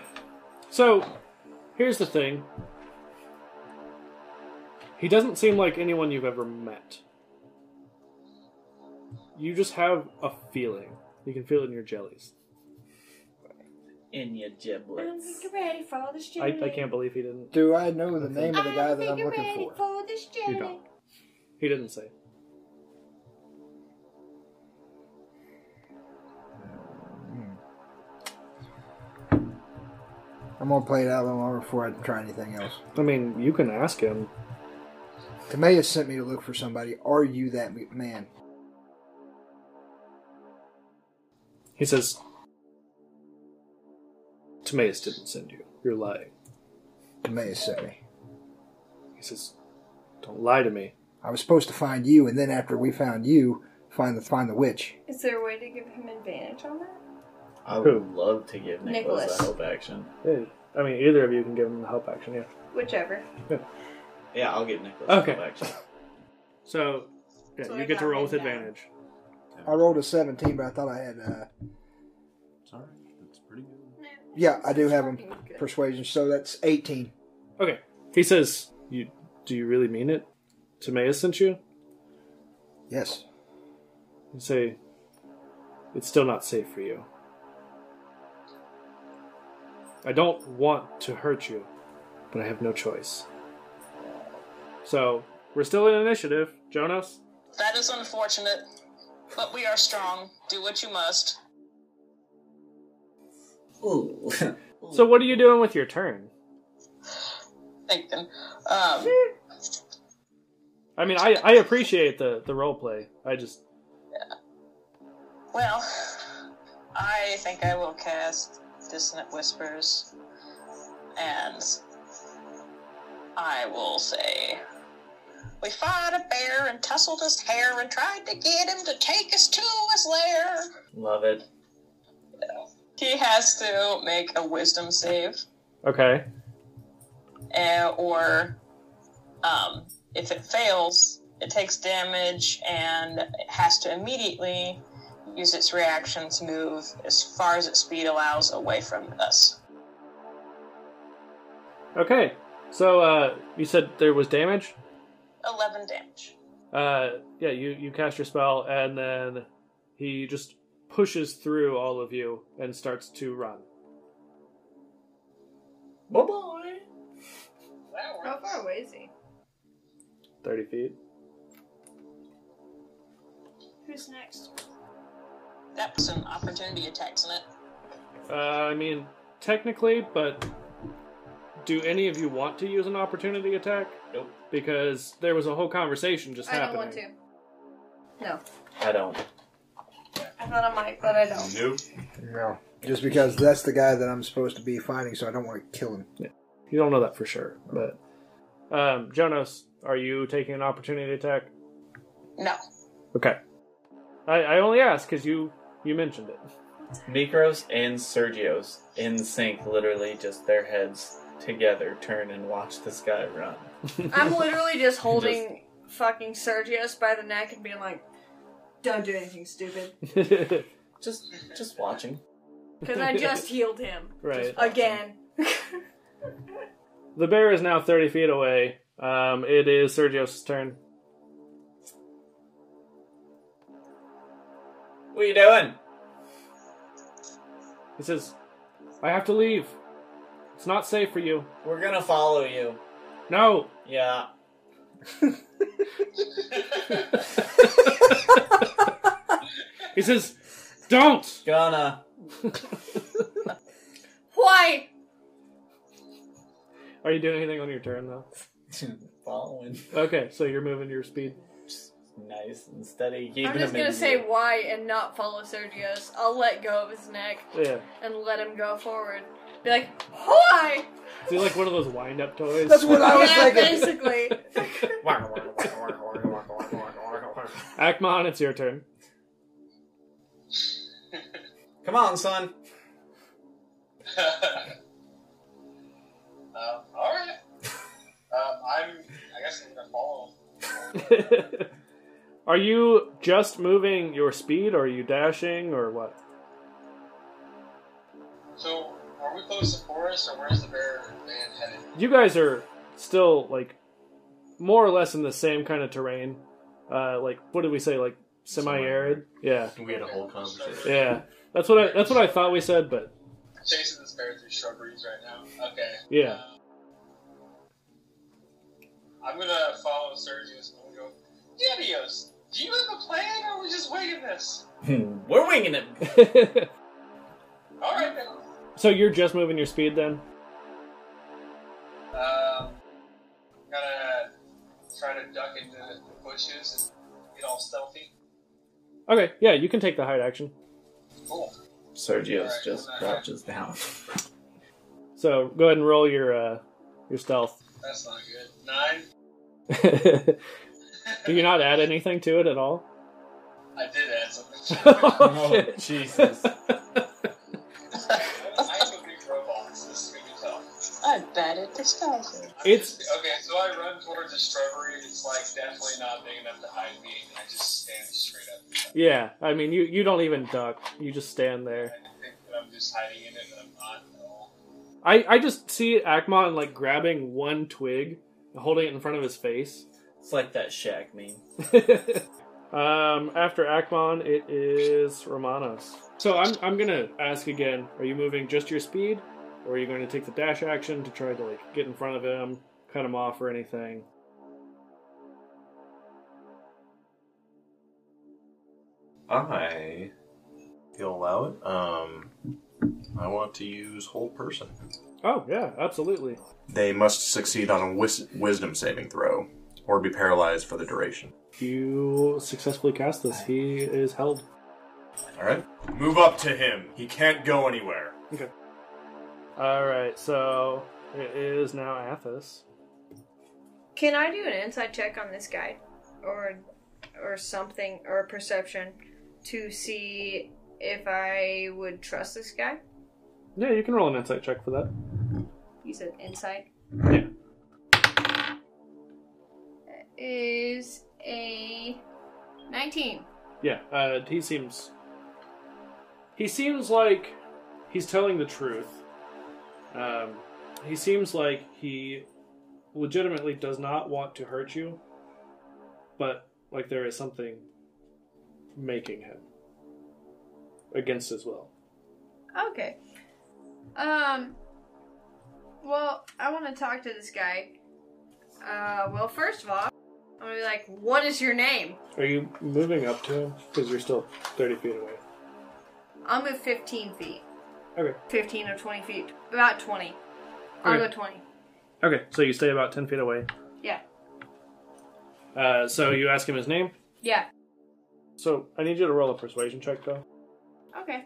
[SPEAKER 1] so here's the thing. He doesn't seem like anyone you've ever met. You just have a feeling. You can feel it in your jellies.
[SPEAKER 3] In your
[SPEAKER 4] Um,
[SPEAKER 3] giblets.
[SPEAKER 11] ready for this
[SPEAKER 1] I, I can't believe he didn't.
[SPEAKER 7] Do I know the name of the guy that I'm looking for?
[SPEAKER 11] this
[SPEAKER 1] You don't. He didn't say.
[SPEAKER 7] I'm gonna play it out a little longer before I try anything else.
[SPEAKER 1] I mean, you can ask him.
[SPEAKER 7] Timaeus sent me to look for somebody. Are you that m- man?
[SPEAKER 1] He says, Timaeus didn't send you. You're lying.
[SPEAKER 7] Timaeus sent me.
[SPEAKER 1] He says, Don't lie to me.
[SPEAKER 7] I was supposed to find you, and then after we found you, find the find the witch.
[SPEAKER 4] Is there a way to give him advantage on that?
[SPEAKER 3] I would
[SPEAKER 1] Who?
[SPEAKER 3] love to give Nicholas,
[SPEAKER 4] Nicholas.
[SPEAKER 3] a help action.
[SPEAKER 1] Hey, Eh, I mean, either of you can give him the help action, yeah.
[SPEAKER 4] Whichever.
[SPEAKER 3] Yeah, I'll give Nicholas
[SPEAKER 1] Okay.
[SPEAKER 3] a
[SPEAKER 4] (laughs)
[SPEAKER 3] help action.
[SPEAKER 1] So, yeah,
[SPEAKER 11] So I
[SPEAKER 1] you get to
[SPEAKER 11] got
[SPEAKER 1] roll
[SPEAKER 11] him
[SPEAKER 1] with
[SPEAKER 11] now.
[SPEAKER 1] advantage.
[SPEAKER 7] I rolled a 17, but I thought I had. Uh,
[SPEAKER 6] It's alright. It's pretty good.
[SPEAKER 7] yeah, I do have him
[SPEAKER 4] Fucking good.
[SPEAKER 7] persuasion, so that's 18.
[SPEAKER 1] Okay. He says, "You do you really mean it? Timaeus sent you?"
[SPEAKER 7] Yes,
[SPEAKER 1] You say, "It's still not safe for you. I don't want to hurt you, but I have no choice." So we're still in initiative, Jonas.
[SPEAKER 5] That is unfortunate, but we are strong. Do what you must.
[SPEAKER 10] Ooh.
[SPEAKER 1] So what are you doing with your turn?
[SPEAKER 5] Thinking. Um,
[SPEAKER 1] I mean, I, I appreciate the the role play. I just
[SPEAKER 5] well, I think I will cast Dissonant Whispers, and I will say. We fought a bear and tussled his hair and tried to get him to take us to his lair.
[SPEAKER 3] (laughs) Love it.
[SPEAKER 5] He has to make a wisdom save,
[SPEAKER 1] Okay.
[SPEAKER 5] uh, or um, if it fails, it takes damage and it has to immediately use its reaction to move as far as its speed allows away from us.
[SPEAKER 1] Okay. So uh, you said there was damage.
[SPEAKER 5] 11 damage.
[SPEAKER 1] Uh, yeah, you you cast your spell, and then he just pushes through all of you and starts to run.
[SPEAKER 3] Bye bye.
[SPEAKER 4] How far away is he?
[SPEAKER 1] Thirty feet.
[SPEAKER 11] Who's next?
[SPEAKER 5] That was an opportunity attack, isn't it?
[SPEAKER 1] Uh, I mean, technically, but do any of you want to use an opportunity attack?
[SPEAKER 3] Nope.
[SPEAKER 1] Because there was a whole conversation just
[SPEAKER 4] I don't
[SPEAKER 1] happening.
[SPEAKER 4] want to. No.
[SPEAKER 3] I don't.
[SPEAKER 4] I thought I might, but I don't.
[SPEAKER 6] Nope.
[SPEAKER 7] No. Just because that's the guy that I'm supposed to be fighting, so I don't want to kill him.
[SPEAKER 1] You don't know that for sure, but um, Jonas, are you taking an opportunity attack?
[SPEAKER 5] No.
[SPEAKER 1] Okay. I, I only ask because you you mentioned it.
[SPEAKER 3] Mikros and Sergio's in sync, literally just their heads together, turn and watch this guy run.
[SPEAKER 11] I'm literally just holding fucking Sergius by the neck and being like, "Don't do anything stupid,"
[SPEAKER 3] Just, just watching.
[SPEAKER 11] because I
[SPEAKER 7] (laughs)
[SPEAKER 11] just healed him
[SPEAKER 1] (laughs) right.
[SPEAKER 11] again.
[SPEAKER 1] The bear is now thirty feet away. Um, it is Sergio's turn.
[SPEAKER 3] What are you doing?
[SPEAKER 1] He says, "I have to leave. It's not safe for you."
[SPEAKER 3] We're gonna follow you.
[SPEAKER 1] No.
[SPEAKER 3] Yeah.
[SPEAKER 1] He says, "Don't."
[SPEAKER 3] Gonna. (laughs)
[SPEAKER 4] Why?
[SPEAKER 1] Are you doing anything on your turn though?
[SPEAKER 3] Following.
[SPEAKER 1] Okay, so you're moving your speed.
[SPEAKER 3] Just nice and steady. Keeping
[SPEAKER 4] I'm just
[SPEAKER 3] him in
[SPEAKER 4] gonna say
[SPEAKER 3] view.
[SPEAKER 4] why and not follow Sergius. I'll let go of his neck
[SPEAKER 1] Yeah.
[SPEAKER 4] and let him go forward. Be like, why?
[SPEAKER 1] Is he like one of those wind up toys?
[SPEAKER 7] That's what I was
[SPEAKER 4] yeah,
[SPEAKER 7] thinking.
[SPEAKER 4] basically.
[SPEAKER 1] (laughs)
[SPEAKER 7] (laughs)
[SPEAKER 3] (laughs)
[SPEAKER 1] Akmon, it's your turn. (laughs)
[SPEAKER 3] Come on, son.
[SPEAKER 8] um, all right. Um, I'm. I guess I'm gonna follow.
[SPEAKER 1] are you just moving your speed, or are you dashing, or what?
[SPEAKER 8] So, are we close to forest, or where's the bear man headed?
[SPEAKER 1] You guys are still like more or less in the same kind of terrain. Uh, like what did we say? Like semi-arid. Yeah,
[SPEAKER 6] We had a whole conversation.
[SPEAKER 1] yeah. That's what I. That's what I thought we said, but (laughs)
[SPEAKER 8] Chasing this bear through shrubberies right now. Okay.
[SPEAKER 1] Yeah.
[SPEAKER 8] Um, I'm gonna follow Sergius and go. Didios, do you have a plan, or are we just winging this?
[SPEAKER 3] We're winging it.
[SPEAKER 8] All right then.
[SPEAKER 1] so you're just moving your speed then.
[SPEAKER 8] Um, gonna try to duck into the bushes and get all stealthy.
[SPEAKER 1] Okay, yeah, you can take the hide action.
[SPEAKER 8] Cool.
[SPEAKER 3] Sergio's
[SPEAKER 8] Alright,
[SPEAKER 3] just
[SPEAKER 8] well, that-
[SPEAKER 3] crouches down.
[SPEAKER 1] So go ahead and roll your uh, your stealth. (laughs)
[SPEAKER 8] That's not good. Nine.
[SPEAKER 1] Do you not add anything to it at all?
[SPEAKER 8] I did add something.
[SPEAKER 1] Oh,
[SPEAKER 3] (laughs) Oh,
[SPEAKER 1] shit.
[SPEAKER 3] Jesus.
[SPEAKER 8] I have a big robot. This is gonna be tough.
[SPEAKER 5] I bet it disguises.
[SPEAKER 8] I'm
[SPEAKER 1] It's-
[SPEAKER 8] just- okay. So I run towards the shrubbery. It's like definitely not big enough to hide me. And I just stand straight up.
[SPEAKER 1] Yeah, I mean, you you don't even duck. You just stand there.
[SPEAKER 8] I think that I'm just hiding in it, and I'm not at all.
[SPEAKER 1] I I just see Akmon like grabbing one twig, and holding it in front of his face.
[SPEAKER 3] It's like that Shaq meme.
[SPEAKER 1] um, after Akmon, it is Romanos. So I'm I'm gonna ask again: Are you moving just your speed, or are you going to take the dash action to try to like get in front of him, cut him off, or anything?
[SPEAKER 6] I. if You'll allow it. Um, I want to use whole person.
[SPEAKER 1] Oh yeah, absolutely.
[SPEAKER 6] They must succeed on a wis- wisdom saving throw or be paralyzed for the duration.
[SPEAKER 1] You successfully cast this. He is held.
[SPEAKER 6] All right. Move up to him. He can't go anywhere.
[SPEAKER 1] All right, so it is now Athos.
[SPEAKER 4] Can I do an inside check on this guy, or, or something, or a perception, to see if I would trust this guy?
[SPEAKER 1] Yeah, you can roll an insight check for that.
[SPEAKER 4] You said inside.
[SPEAKER 1] Yeah.
[SPEAKER 4] That is a nineteen.
[SPEAKER 1] Yeah, uh, he seems. He seems like he's telling the truth. Um, he seems like he legitimately does not want to hurt you, but like there is something making him against his will.
[SPEAKER 4] Okay. Um. Well, I want to talk to this guy. Uh. Well, first of all, I'm gonna be like, "What is your name?"
[SPEAKER 1] Are you moving up to him? Because you're still 30 feet away.
[SPEAKER 4] I'll move 15 feet,
[SPEAKER 1] Okay.
[SPEAKER 4] 15 or 20 feet, about 20. I'll
[SPEAKER 1] Okay.
[SPEAKER 4] go 20.
[SPEAKER 1] Okay, so you stay about 10 feet away.
[SPEAKER 4] Yeah.
[SPEAKER 1] Uh, so you ask him his name.
[SPEAKER 4] Yeah.
[SPEAKER 1] So I need you to roll a persuasion check, though.
[SPEAKER 4] Okay.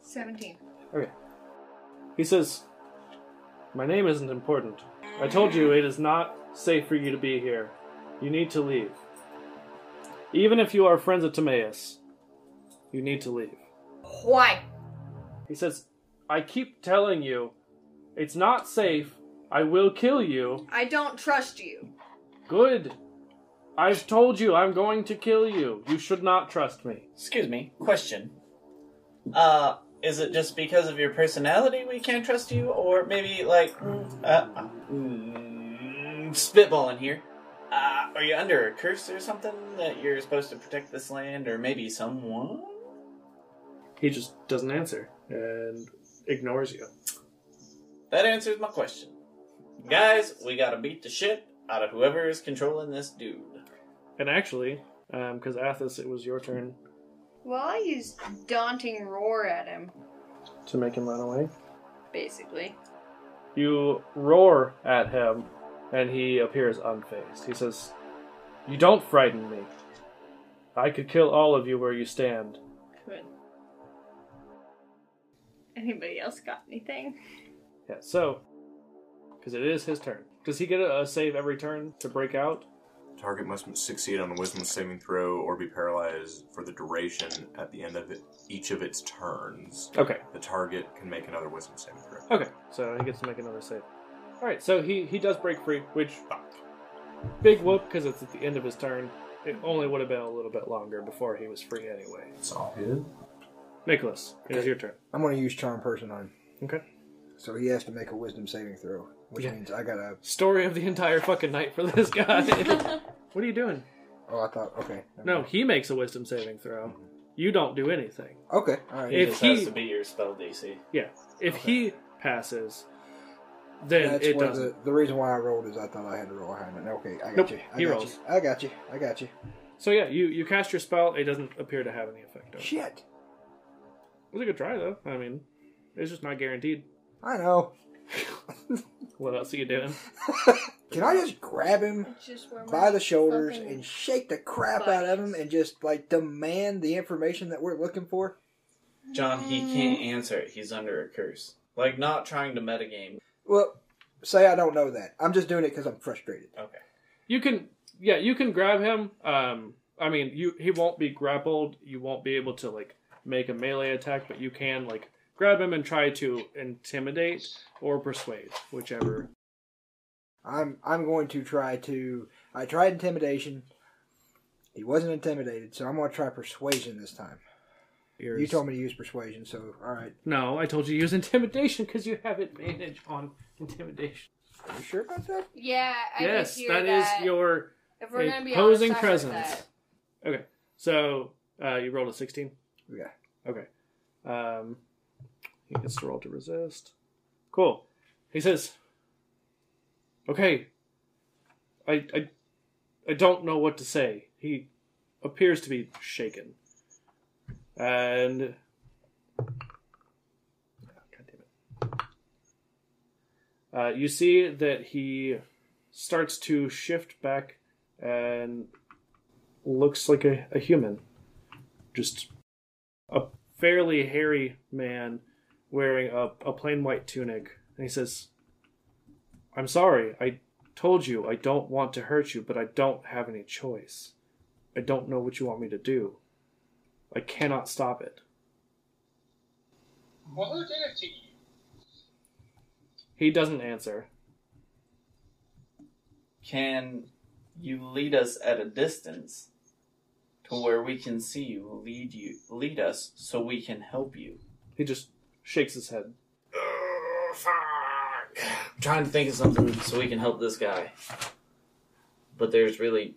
[SPEAKER 4] Seventeen.
[SPEAKER 1] Okay. He says, My name isn't important. I told you it is not safe for you to be here. You need to leave. Even if you are friends of Timaeus, you need to leave.
[SPEAKER 4] Why?
[SPEAKER 1] He says, I keep telling you, it's not safe. I will kill you.
[SPEAKER 4] I don't trust you.
[SPEAKER 1] Good. I've told you I'm going to kill you. You should not trust me.
[SPEAKER 3] Excuse me. Question. Uh, is it just because of your personality we can't trust you, or maybe like, mm, uh, mm, spitballing here? Uh, are you under a curse or something that you're supposed to protect this land, or maybe someone?
[SPEAKER 1] He just doesn't answer and ignores you.
[SPEAKER 3] That answers my question. Guys, we gotta beat the shit out of whoever is controlling this dude.
[SPEAKER 1] And actually, because Athos, it was your turn
[SPEAKER 4] Well, I used daunting roar at him,
[SPEAKER 1] to make him run away.
[SPEAKER 4] basically.
[SPEAKER 1] You roar at him, and he appears unfazed. He says, You don't frighten me. I could kill all of you where you stand.
[SPEAKER 4] Good. Anybody else got anything?
[SPEAKER 1] Yeah, so, because it is his turn. Does he get a, a save every turn to break out?
[SPEAKER 6] Target must succeed on a wisdom saving throw or be paralyzed for the duration at the end of it, each of its turns.
[SPEAKER 1] Okay.
[SPEAKER 6] The target can make another wisdom saving throw.
[SPEAKER 1] Okay, so he gets to make another save. All right, so he he does break free, which big whoop because it's at the end of his turn. It only would have been a little bit longer before he was free anyway.
[SPEAKER 6] It's all good.
[SPEAKER 1] Nicholas, it is your turn.
[SPEAKER 7] I'm going to use charm person on. him.
[SPEAKER 1] Okay.
[SPEAKER 7] So he has to make a wisdom saving throw, which
[SPEAKER 1] Yeah.
[SPEAKER 7] means I got to.
[SPEAKER 1] Story of the entire fucking night for this guy. what are you doing?
[SPEAKER 7] Oh, I thought. Okay.
[SPEAKER 1] No, he makes a wisdom saving throw. You don't do anything.
[SPEAKER 7] Okay. All right.
[SPEAKER 1] If
[SPEAKER 3] just
[SPEAKER 1] he-
[SPEAKER 3] has to be your spell DC.
[SPEAKER 1] Yeah. If he passes, then
[SPEAKER 7] That's
[SPEAKER 1] it
[SPEAKER 7] one of
[SPEAKER 1] doesn't.
[SPEAKER 7] The, the reason why I rolled is I thought I had to roll high enough. Okay, I got
[SPEAKER 1] Nope,
[SPEAKER 7] you. I
[SPEAKER 1] he
[SPEAKER 7] got
[SPEAKER 1] rolls.
[SPEAKER 7] you. I got you. I got you.
[SPEAKER 1] So yeah, you you cast your spell. It doesn't appear to have any effect. On it.
[SPEAKER 7] Shit.
[SPEAKER 1] it was a good try though. I mean, it's just not guaranteed.
[SPEAKER 7] I know.
[SPEAKER 1] What else are you doing?
[SPEAKER 7] Can I just grab him
[SPEAKER 4] Just where
[SPEAKER 7] by the shoulders and shake the crap out of him and just like demand the information that we're looking for?
[SPEAKER 3] John, he can't answer it. He's under a curse. Like, not trying to metagame.
[SPEAKER 7] Well, say I don't know that. I'm just doing it because I'm frustrated.
[SPEAKER 3] Okay.
[SPEAKER 1] You can, yeah, you can grab him. Um, I mean, you he won't be grappled. You won't be able to like make a melee attack, but you can like grab him and try to intimidate or persuade, whichever.
[SPEAKER 7] I'm I'm going to try to. I tried intimidation. He wasn't intimidated, so I'm going to try persuasion this time.
[SPEAKER 1] Yours.
[SPEAKER 7] You told me to use persuasion, so all right.
[SPEAKER 1] No, I told you use intimidation because you have advantage on intimidation.
[SPEAKER 7] Are you sure about that?
[SPEAKER 4] Yeah, I
[SPEAKER 1] yes,
[SPEAKER 4] did hear
[SPEAKER 1] that is your
[SPEAKER 4] If we're gonna be
[SPEAKER 1] imposing
[SPEAKER 4] honest, I heard
[SPEAKER 1] presence. Okay, so uh, you rolled a sixteen.
[SPEAKER 7] Yeah.
[SPEAKER 1] Okay. Um, he gets to roll to resist. Cool. He says, "Okay, I, I, I don't know what to say." He appears to be shaken, and God damn it. Uh, you see that he starts to shift back and looks like a, a human, just a fairly hairy man wearing a, a plain white tunic. And he says, I'm sorry, I told you I don't want to hurt you, but I don't have any choice. I don't know what you want me to do. I cannot stop it.
[SPEAKER 8] Well, who did it to you?
[SPEAKER 1] He doesn't answer.
[SPEAKER 3] Can you lead us at a distance to where we can see you, lead you, lead us so we can help you?
[SPEAKER 1] He just shakes his head.
[SPEAKER 3] I'm trying to think of something so we can help this guy. But there's really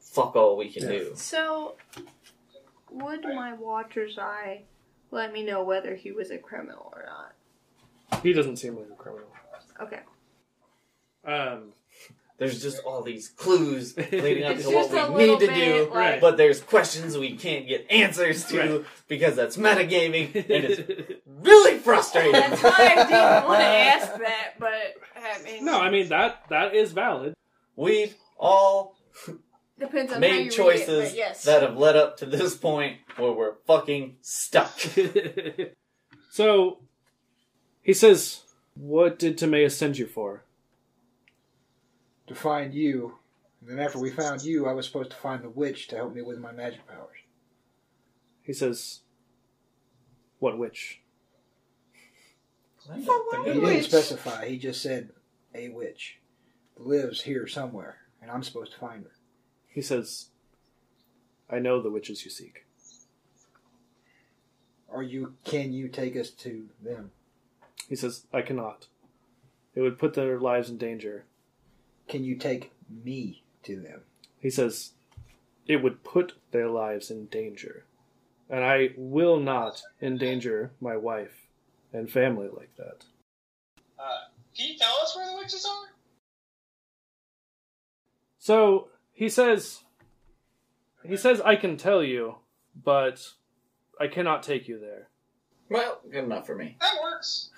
[SPEAKER 3] fuck all we can do.
[SPEAKER 11] So, would my watcher's eye let me know whether he was a criminal or not?
[SPEAKER 1] He doesn't seem like a criminal.
[SPEAKER 11] Okay.
[SPEAKER 1] Um,
[SPEAKER 3] There's just all these clues leading up
[SPEAKER 1] It's
[SPEAKER 3] to what
[SPEAKER 1] just
[SPEAKER 11] a
[SPEAKER 3] we need to
[SPEAKER 11] little
[SPEAKER 3] do,
[SPEAKER 11] bit, like-
[SPEAKER 3] but there's questions we can't get answers to because that's
[SPEAKER 1] (laughs)
[SPEAKER 3] metagaming and it's really frustrating.
[SPEAKER 11] That's why I didn't (laughs) want to ask that, but I mean,
[SPEAKER 1] no, I mean that that is valid.
[SPEAKER 3] (laughs) We've all
[SPEAKER 11] depends on how you
[SPEAKER 3] made
[SPEAKER 11] read it,
[SPEAKER 3] choices
[SPEAKER 11] but yes.
[SPEAKER 3] that have led up to this point where we're fucking stuck.
[SPEAKER 1] (laughs) so he says, "What did Timaeus send you for?"
[SPEAKER 7] To find you, and then after we found you, I was supposed to find the witch to help me with my magic powers.
[SPEAKER 1] He says, "What witch?"
[SPEAKER 7] He didn't specify. He just said a witch lives here somewhere, and I'm supposed to find her.
[SPEAKER 1] He says, "I know the witches you seek."
[SPEAKER 7] Or you can you take us to them?
[SPEAKER 1] He says, "I cannot. It would put their lives in danger."
[SPEAKER 7] Can you take me to them?
[SPEAKER 1] He says, "It would put their lives in danger, and I will not endanger my wife and family like that."
[SPEAKER 8] Uh, can you tell us where the witches are?
[SPEAKER 1] So he says, he says, I can tell you, but I cannot take you there.
[SPEAKER 3] Well, good enough for me.
[SPEAKER 8] That works.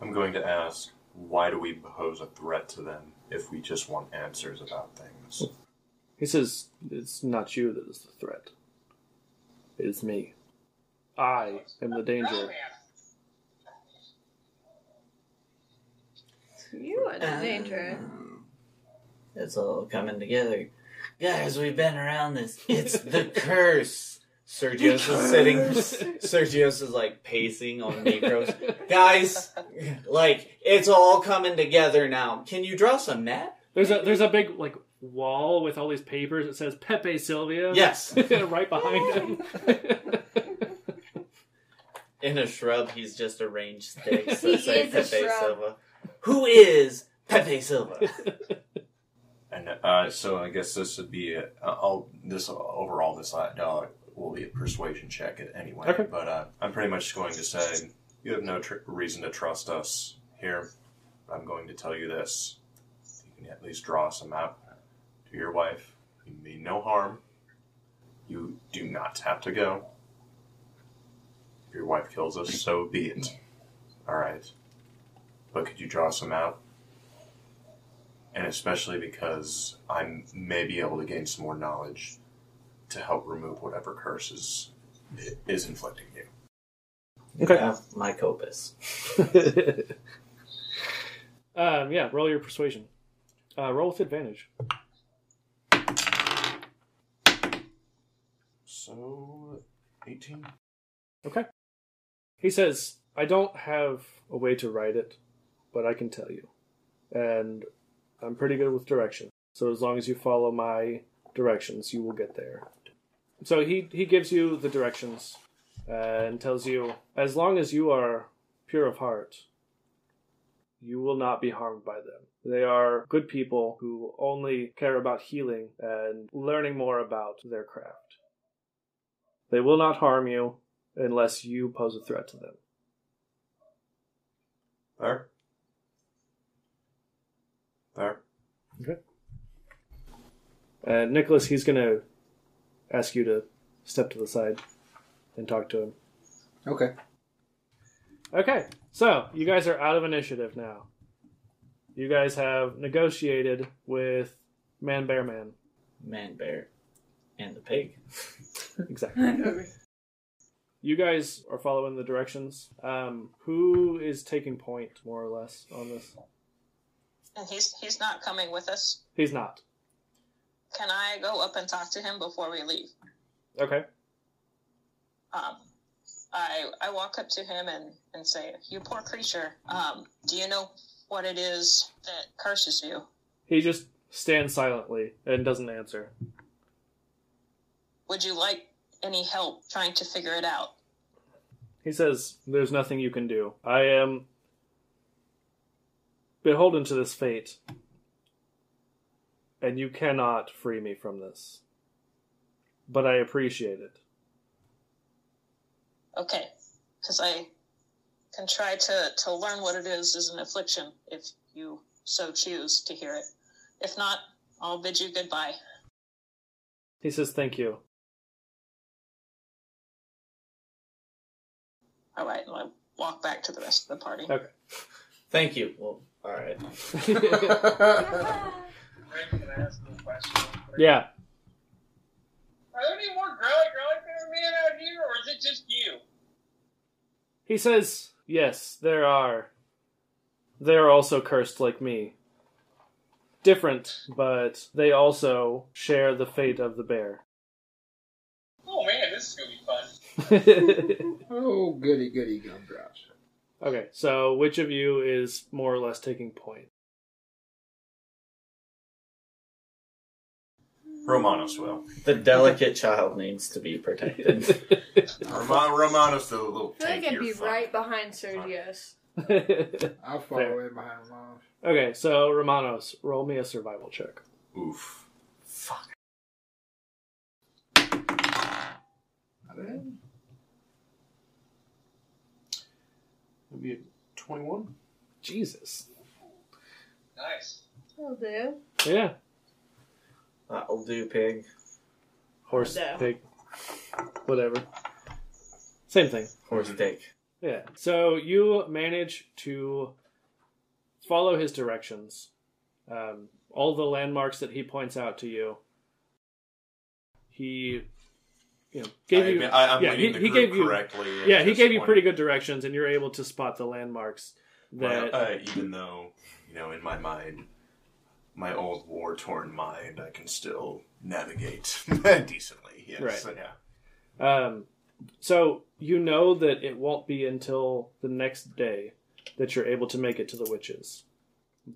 [SPEAKER 6] I'm going to ask, why do we pose a threat to them if we just want answers about things?
[SPEAKER 1] He says, it's not you that is the threat. It is me. I am the
[SPEAKER 8] Oh,
[SPEAKER 1] danger.
[SPEAKER 8] man.
[SPEAKER 11] you are the danger.
[SPEAKER 3] Uh, It's all coming together. Guys, we've been around this. It's
[SPEAKER 11] (laughs)
[SPEAKER 3] the curse. Sergio's is sitting. Sergio's is like pacing on Necros. Guys, like, it's all coming together now. Can you draw some map?
[SPEAKER 1] There's a there's a big like wall with all these papers that says Pepe Silvia.
[SPEAKER 3] Yes.
[SPEAKER 1] (laughs) right behind him. (laughs)
[SPEAKER 3] In a shrub, he's just arranged sticks
[SPEAKER 11] He
[SPEAKER 3] that say
[SPEAKER 11] is a
[SPEAKER 3] Pepe
[SPEAKER 11] shrub.
[SPEAKER 3] Silva. Who is Pepe Silva?
[SPEAKER 6] And uh, so I guess this would be a, I'll, this overall this uh, dog will be a persuasion check at anyway.
[SPEAKER 1] Okay.
[SPEAKER 6] But uh, I'm pretty much going to say you have no tr- reason to trust us here. I'm going to tell you this: you can at least draw us a map to your wife. You mean no harm. You do not have to go. If your wife kills us, so be it. All right. But could you draw us a map? and especially because I may be able to gain some more knowledge to help remove whatever curses i- is inflicting you.
[SPEAKER 1] Okay.
[SPEAKER 3] Have my copus.
[SPEAKER 1] um, yeah, roll your persuasion. Uh, roll with advantage.
[SPEAKER 6] So, 18?
[SPEAKER 1] Okay. He says, I don't have a way to write it, but I can tell you. And I'm pretty good with directions. So as long as you follow my directions, you will get there. So he, he gives you the directions uh, and tells you, as long as you are pure of heart, you will not be harmed by them. They are good people who only care about healing and learning more about their craft. They will not harm you, unless you pose a threat to them.
[SPEAKER 6] There? There?
[SPEAKER 1] And Nicholas, he's going to ask you to step to the side and talk to him.
[SPEAKER 7] Okay.
[SPEAKER 1] Okay, so you guys are out of initiative now. You guys have negotiated with Man Bear Man.
[SPEAKER 3] Man, bear, and the pig.
[SPEAKER 1] Exactly. you guys are following the directions. Um, who is taking point, more or less, on this?
[SPEAKER 5] And he's he's not coming with us.
[SPEAKER 1] He's not.
[SPEAKER 5] Can I go up and talk to him before we leave?
[SPEAKER 1] Okay.
[SPEAKER 5] Um, I I walk up to him and, and say, "You poor creature. Um, do you know what it is that curses you?
[SPEAKER 1] He just stands silently and doesn't answer.
[SPEAKER 5] Would you like any help trying to figure it out?"
[SPEAKER 1] He says, There's nothing you can do. I am beholden to this fate, and you cannot free me from this. But I appreciate it.
[SPEAKER 5] Okay, because I can try to to learn what it is as an affliction if you so choose to hear it. If not, I'll bid you goodbye.
[SPEAKER 1] He says, Thank you.
[SPEAKER 5] All right, and I walk back to the rest of the party.
[SPEAKER 1] Okay.
[SPEAKER 3] Thank you. Well, all right.
[SPEAKER 8] Rick, can I ask you a question?
[SPEAKER 1] Yeah.
[SPEAKER 8] Are there any more growly growly finger men out here, or is it just you?
[SPEAKER 1] He says, Yes, there are. They are also cursed like me. Different, but they also share the fate of the bear.
[SPEAKER 8] Oh man, this is gonna be fun.
[SPEAKER 1] (laughs) okay,
[SPEAKER 10] Oh, goody, goody gumdrops.
[SPEAKER 1] so which of you is more or less taking
[SPEAKER 6] (laughs)
[SPEAKER 1] point? (laughs)
[SPEAKER 6] Romanos will.
[SPEAKER 3] The delicate child needs to be (laughs) protected.
[SPEAKER 6] Roma- Romanos the little.
[SPEAKER 11] I feel like I'd
[SPEAKER 6] tankier
[SPEAKER 11] be
[SPEAKER 6] fuck.
[SPEAKER 11] right behind Sergius.
[SPEAKER 1] okay,
[SPEAKER 10] I'll follow
[SPEAKER 1] Fair.
[SPEAKER 10] in behind mom.
[SPEAKER 1] so Romanos, roll me a survival check.
[SPEAKER 6] Oof.
[SPEAKER 10] Not bad.
[SPEAKER 6] That'd be a twenty-one.
[SPEAKER 1] Jesus.
[SPEAKER 8] Nice.
[SPEAKER 11] Will do.
[SPEAKER 1] Yeah.
[SPEAKER 3] That'll do, pig.
[SPEAKER 1] Horse,
[SPEAKER 11] No.
[SPEAKER 1] pig, whatever. Same thing.
[SPEAKER 3] Horse dick.
[SPEAKER 1] Yeah. So you manage to follow his directions, um, all the landmarks that he points out to you. He, you know, gave
[SPEAKER 6] I
[SPEAKER 1] you.
[SPEAKER 6] admit- I, am
[SPEAKER 1] yeah,
[SPEAKER 6] leading
[SPEAKER 1] he,
[SPEAKER 6] the
[SPEAKER 1] he
[SPEAKER 6] group
[SPEAKER 1] gave you.
[SPEAKER 6] correctly. at
[SPEAKER 1] Yeah, he
[SPEAKER 6] this
[SPEAKER 1] gave you
[SPEAKER 6] point.
[SPEAKER 1] pretty good directions, and you're able to spot the landmarks that.
[SPEAKER 6] Well, uh, even though you know, in my mind, my old war-torn mind, I can still navigate (laughs) decently. Yes.
[SPEAKER 1] Right.
[SPEAKER 6] So, yeah.
[SPEAKER 1] Um, so you know that it won't be until the next day that you're able to make it to the witches,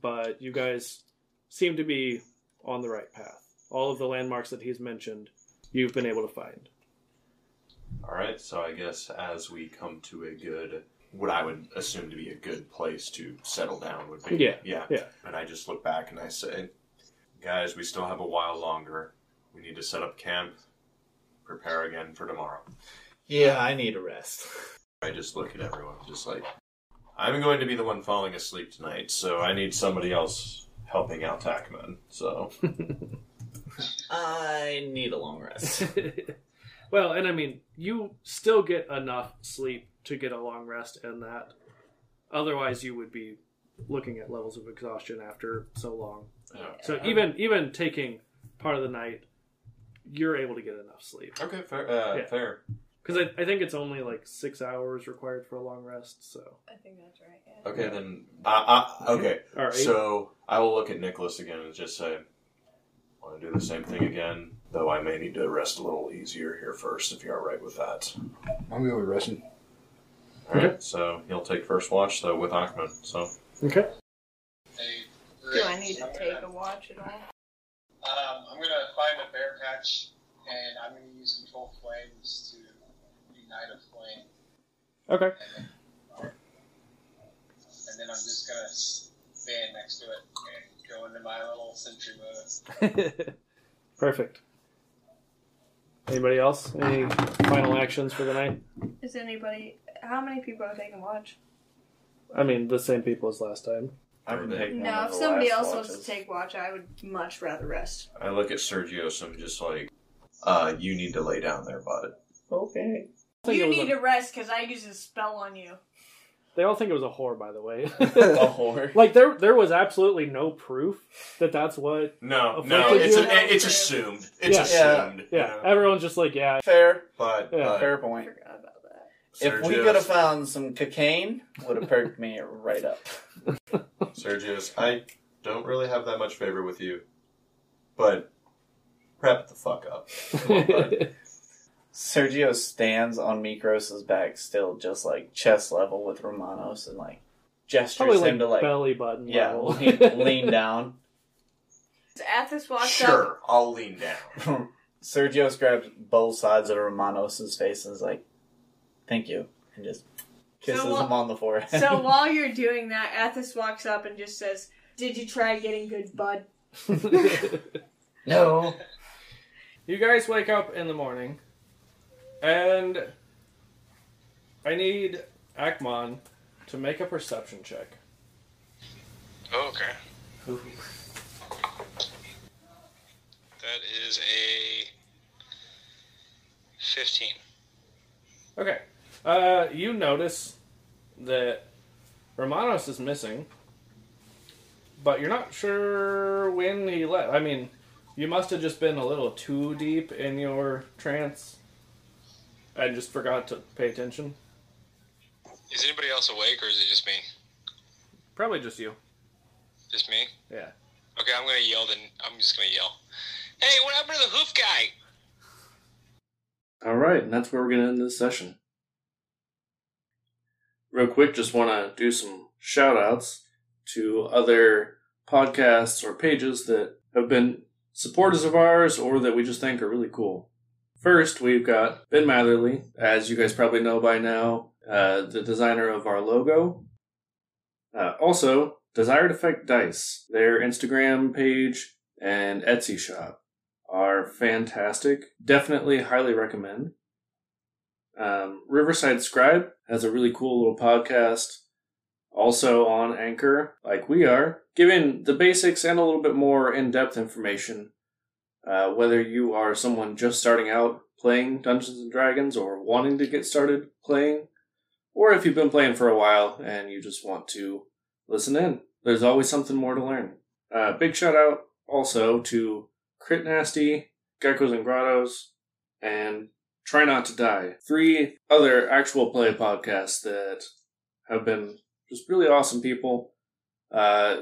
[SPEAKER 1] but you guys seem to be on the right path. All of the landmarks that he's mentioned, you've been able to find.
[SPEAKER 6] All right, so I guess as we come to a good, what I would assume to be a good place to settle down would be.
[SPEAKER 1] Yeah,
[SPEAKER 6] Yeah.
[SPEAKER 1] yeah.
[SPEAKER 6] And I just look back and I say, guys, we still have a while longer. We need to set up camp, prepare again for tomorrow.
[SPEAKER 3] Yeah, I need a rest.
[SPEAKER 6] I just look at everyone, just like, I'm going to be the one falling asleep tonight, so I need somebody else helping out Tackman. So,
[SPEAKER 3] I need a long (laughs) rest.
[SPEAKER 1] (laughs) well, and I mean, you still get enough sleep to get a long rest, and that otherwise you would be looking at levels of exhaustion after so long.
[SPEAKER 6] Yeah.
[SPEAKER 1] So even even taking part of the night, you're able to get enough sleep
[SPEAKER 6] okay, fair. Uh,
[SPEAKER 1] Yeah.
[SPEAKER 6] fair.
[SPEAKER 1] because I, I think it's only like six hours required for a long rest. So
[SPEAKER 11] I think that's right. Yeah.
[SPEAKER 6] Okay, then. Uh, uh, okay,
[SPEAKER 1] all right,
[SPEAKER 6] So I will look at Nicholas again and just say, "Want to do the same thing again?" Though I may need to rest a little easier here first, if you're all right with that.
[SPEAKER 10] I'm going with Russian.
[SPEAKER 6] All right. So he'll take first watch though with Achman. So
[SPEAKER 1] okay,
[SPEAKER 8] Hey,
[SPEAKER 11] Do
[SPEAKER 8] Rick,
[SPEAKER 11] I need to
[SPEAKER 8] I'm
[SPEAKER 11] take a
[SPEAKER 8] gonna,
[SPEAKER 11] watch at all?
[SPEAKER 8] Um, I'm gonna find a bear patch, and I'm gonna use control flames to ignite a flame,
[SPEAKER 1] okay,
[SPEAKER 8] and then I'm just gonna stand next to it and go into my little sentry mode.
[SPEAKER 1] perfect. Anybody else? Any final actions for the night?
[SPEAKER 11] Is anybody? How many people are taking watch?
[SPEAKER 1] I mean, the same people as last time.
[SPEAKER 3] I would take one
[SPEAKER 11] No,
[SPEAKER 3] of
[SPEAKER 11] if
[SPEAKER 3] the
[SPEAKER 11] somebody
[SPEAKER 3] last
[SPEAKER 11] else wants
[SPEAKER 3] watches.
[SPEAKER 11] to take watch, I would much rather rest.
[SPEAKER 6] I look at Sergio. So I'm just like, uh, "You need to lay down there, bud."
[SPEAKER 3] Okay.
[SPEAKER 1] I think it
[SPEAKER 11] You
[SPEAKER 1] was
[SPEAKER 11] need
[SPEAKER 1] a-
[SPEAKER 11] to rest because I used a spell on you.
[SPEAKER 1] They all think it was a whore, by the
[SPEAKER 3] (laughs)
[SPEAKER 1] way. (laughs)
[SPEAKER 3] A whore.
[SPEAKER 1] like there, there was absolutely no proof that that's what.
[SPEAKER 6] No,
[SPEAKER 1] Okay.
[SPEAKER 6] no,
[SPEAKER 1] Did
[SPEAKER 6] it's
[SPEAKER 1] you-
[SPEAKER 6] a, it's assumed. It's
[SPEAKER 1] Yeah.
[SPEAKER 6] assumed.
[SPEAKER 1] Yeah,
[SPEAKER 6] you know?
[SPEAKER 1] everyone's just like, yeah,
[SPEAKER 3] Fair.
[SPEAKER 6] But
[SPEAKER 1] Yeah.
[SPEAKER 6] but
[SPEAKER 3] Fair
[SPEAKER 11] I
[SPEAKER 3] point.
[SPEAKER 11] forgot about that.
[SPEAKER 3] If we
[SPEAKER 6] Sergio's-
[SPEAKER 3] could have found some cocaine, would have perked me right up.
[SPEAKER 6] Sergius, I don't really have that much favor with you, but prep the fuck up. Come on, bud.
[SPEAKER 3] Sergio stands on Mikros's back, still just like chest level with Romanos, and like
[SPEAKER 1] (laughs)
[SPEAKER 3] gestures
[SPEAKER 1] Probably
[SPEAKER 3] him
[SPEAKER 1] like,
[SPEAKER 3] to like
[SPEAKER 1] belly button
[SPEAKER 3] yeah
[SPEAKER 1] level.
[SPEAKER 3] lean,
[SPEAKER 1] (laughs)
[SPEAKER 3] lean down.
[SPEAKER 11] Athos walks up.
[SPEAKER 6] sure, I'll lean down.
[SPEAKER 3] (laughs) Sergio's grabs both sides of Romanos's face and is like, "Thank you," and just kisses
[SPEAKER 11] So wha-
[SPEAKER 3] him on the forehead. (laughs)
[SPEAKER 11] So while you're doing that, Athos walks up and just says, "Did you try getting good, bud?"
[SPEAKER 3] no,
[SPEAKER 1] You guys wake up in the morning, and I need Akmon to make a perception check.
[SPEAKER 8] Oh, okay. That is a 15.
[SPEAKER 1] Okay. Uh, you notice that Romanos is missing, but you're not sure when he left. I mean, you must have just been a little too deep in your trance and just forgot to pay attention.
[SPEAKER 8] Is anybody else awake or is it just me?
[SPEAKER 1] Probably just you.
[SPEAKER 8] Just me?
[SPEAKER 1] Yeah.
[SPEAKER 8] Okay, I'm gonna yell. Then I'm just gonna yell. Hey, what happened to the hoof guy?
[SPEAKER 12] All right, and that's where we're going to end this session. Real quick, just want to do some shout outs to other podcasts or pages that have been supporters of ours or that we just think are really cool. First, we've got Ben Matherly, as you guys probably know by now, uh, the designer of our logo. Uh, also, Desired Effect Dice, their Instagram page and Etsy shop are fantastic. Definitely highly recommend. Um, Riverside Scribe has a really cool little podcast, also on Anchor, like we are, giving the basics and a little bit more in depth information. Uh, whether you are someone just starting out playing Dungeons and Dragons or wanting to get started playing, or if you've been playing for a while and you just want to listen in, there's always something more to learn. Uh, big shout out also to Crit Nasty, Geckos and Grottos, and Try Not to Die. Three other actual play podcasts that have been just really awesome people. Uh,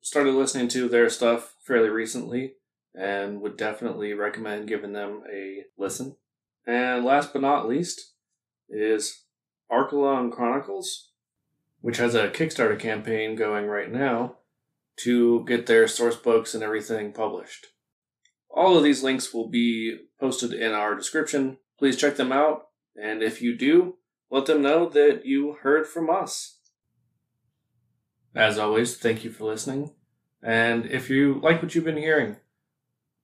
[SPEAKER 12] started listening to their stuff fairly recently and would definitely recommend giving them a listen. And last but not least is Archelon Chronicles, which has a Kickstarter campaign going right now to get their source books and everything published. All of these links will be posted in our description. Please check them out, and if you do, let them know that you heard from us. As always, thank you for listening. And if you like what you've been hearing,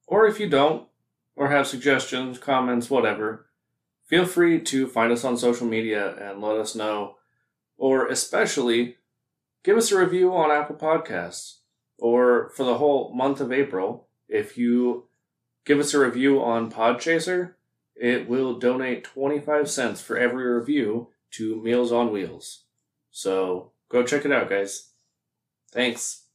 [SPEAKER 12] or if you don't, or have suggestions, comments, whatever, feel free to find us on social media and let us know. Or especially, give us a review on Apple Podcasts. Or for the whole month of April, if you give us a review on Podchaser, it will donate 25 cents for every review to Meals on Wheels. So go check it out, guys. Thanks.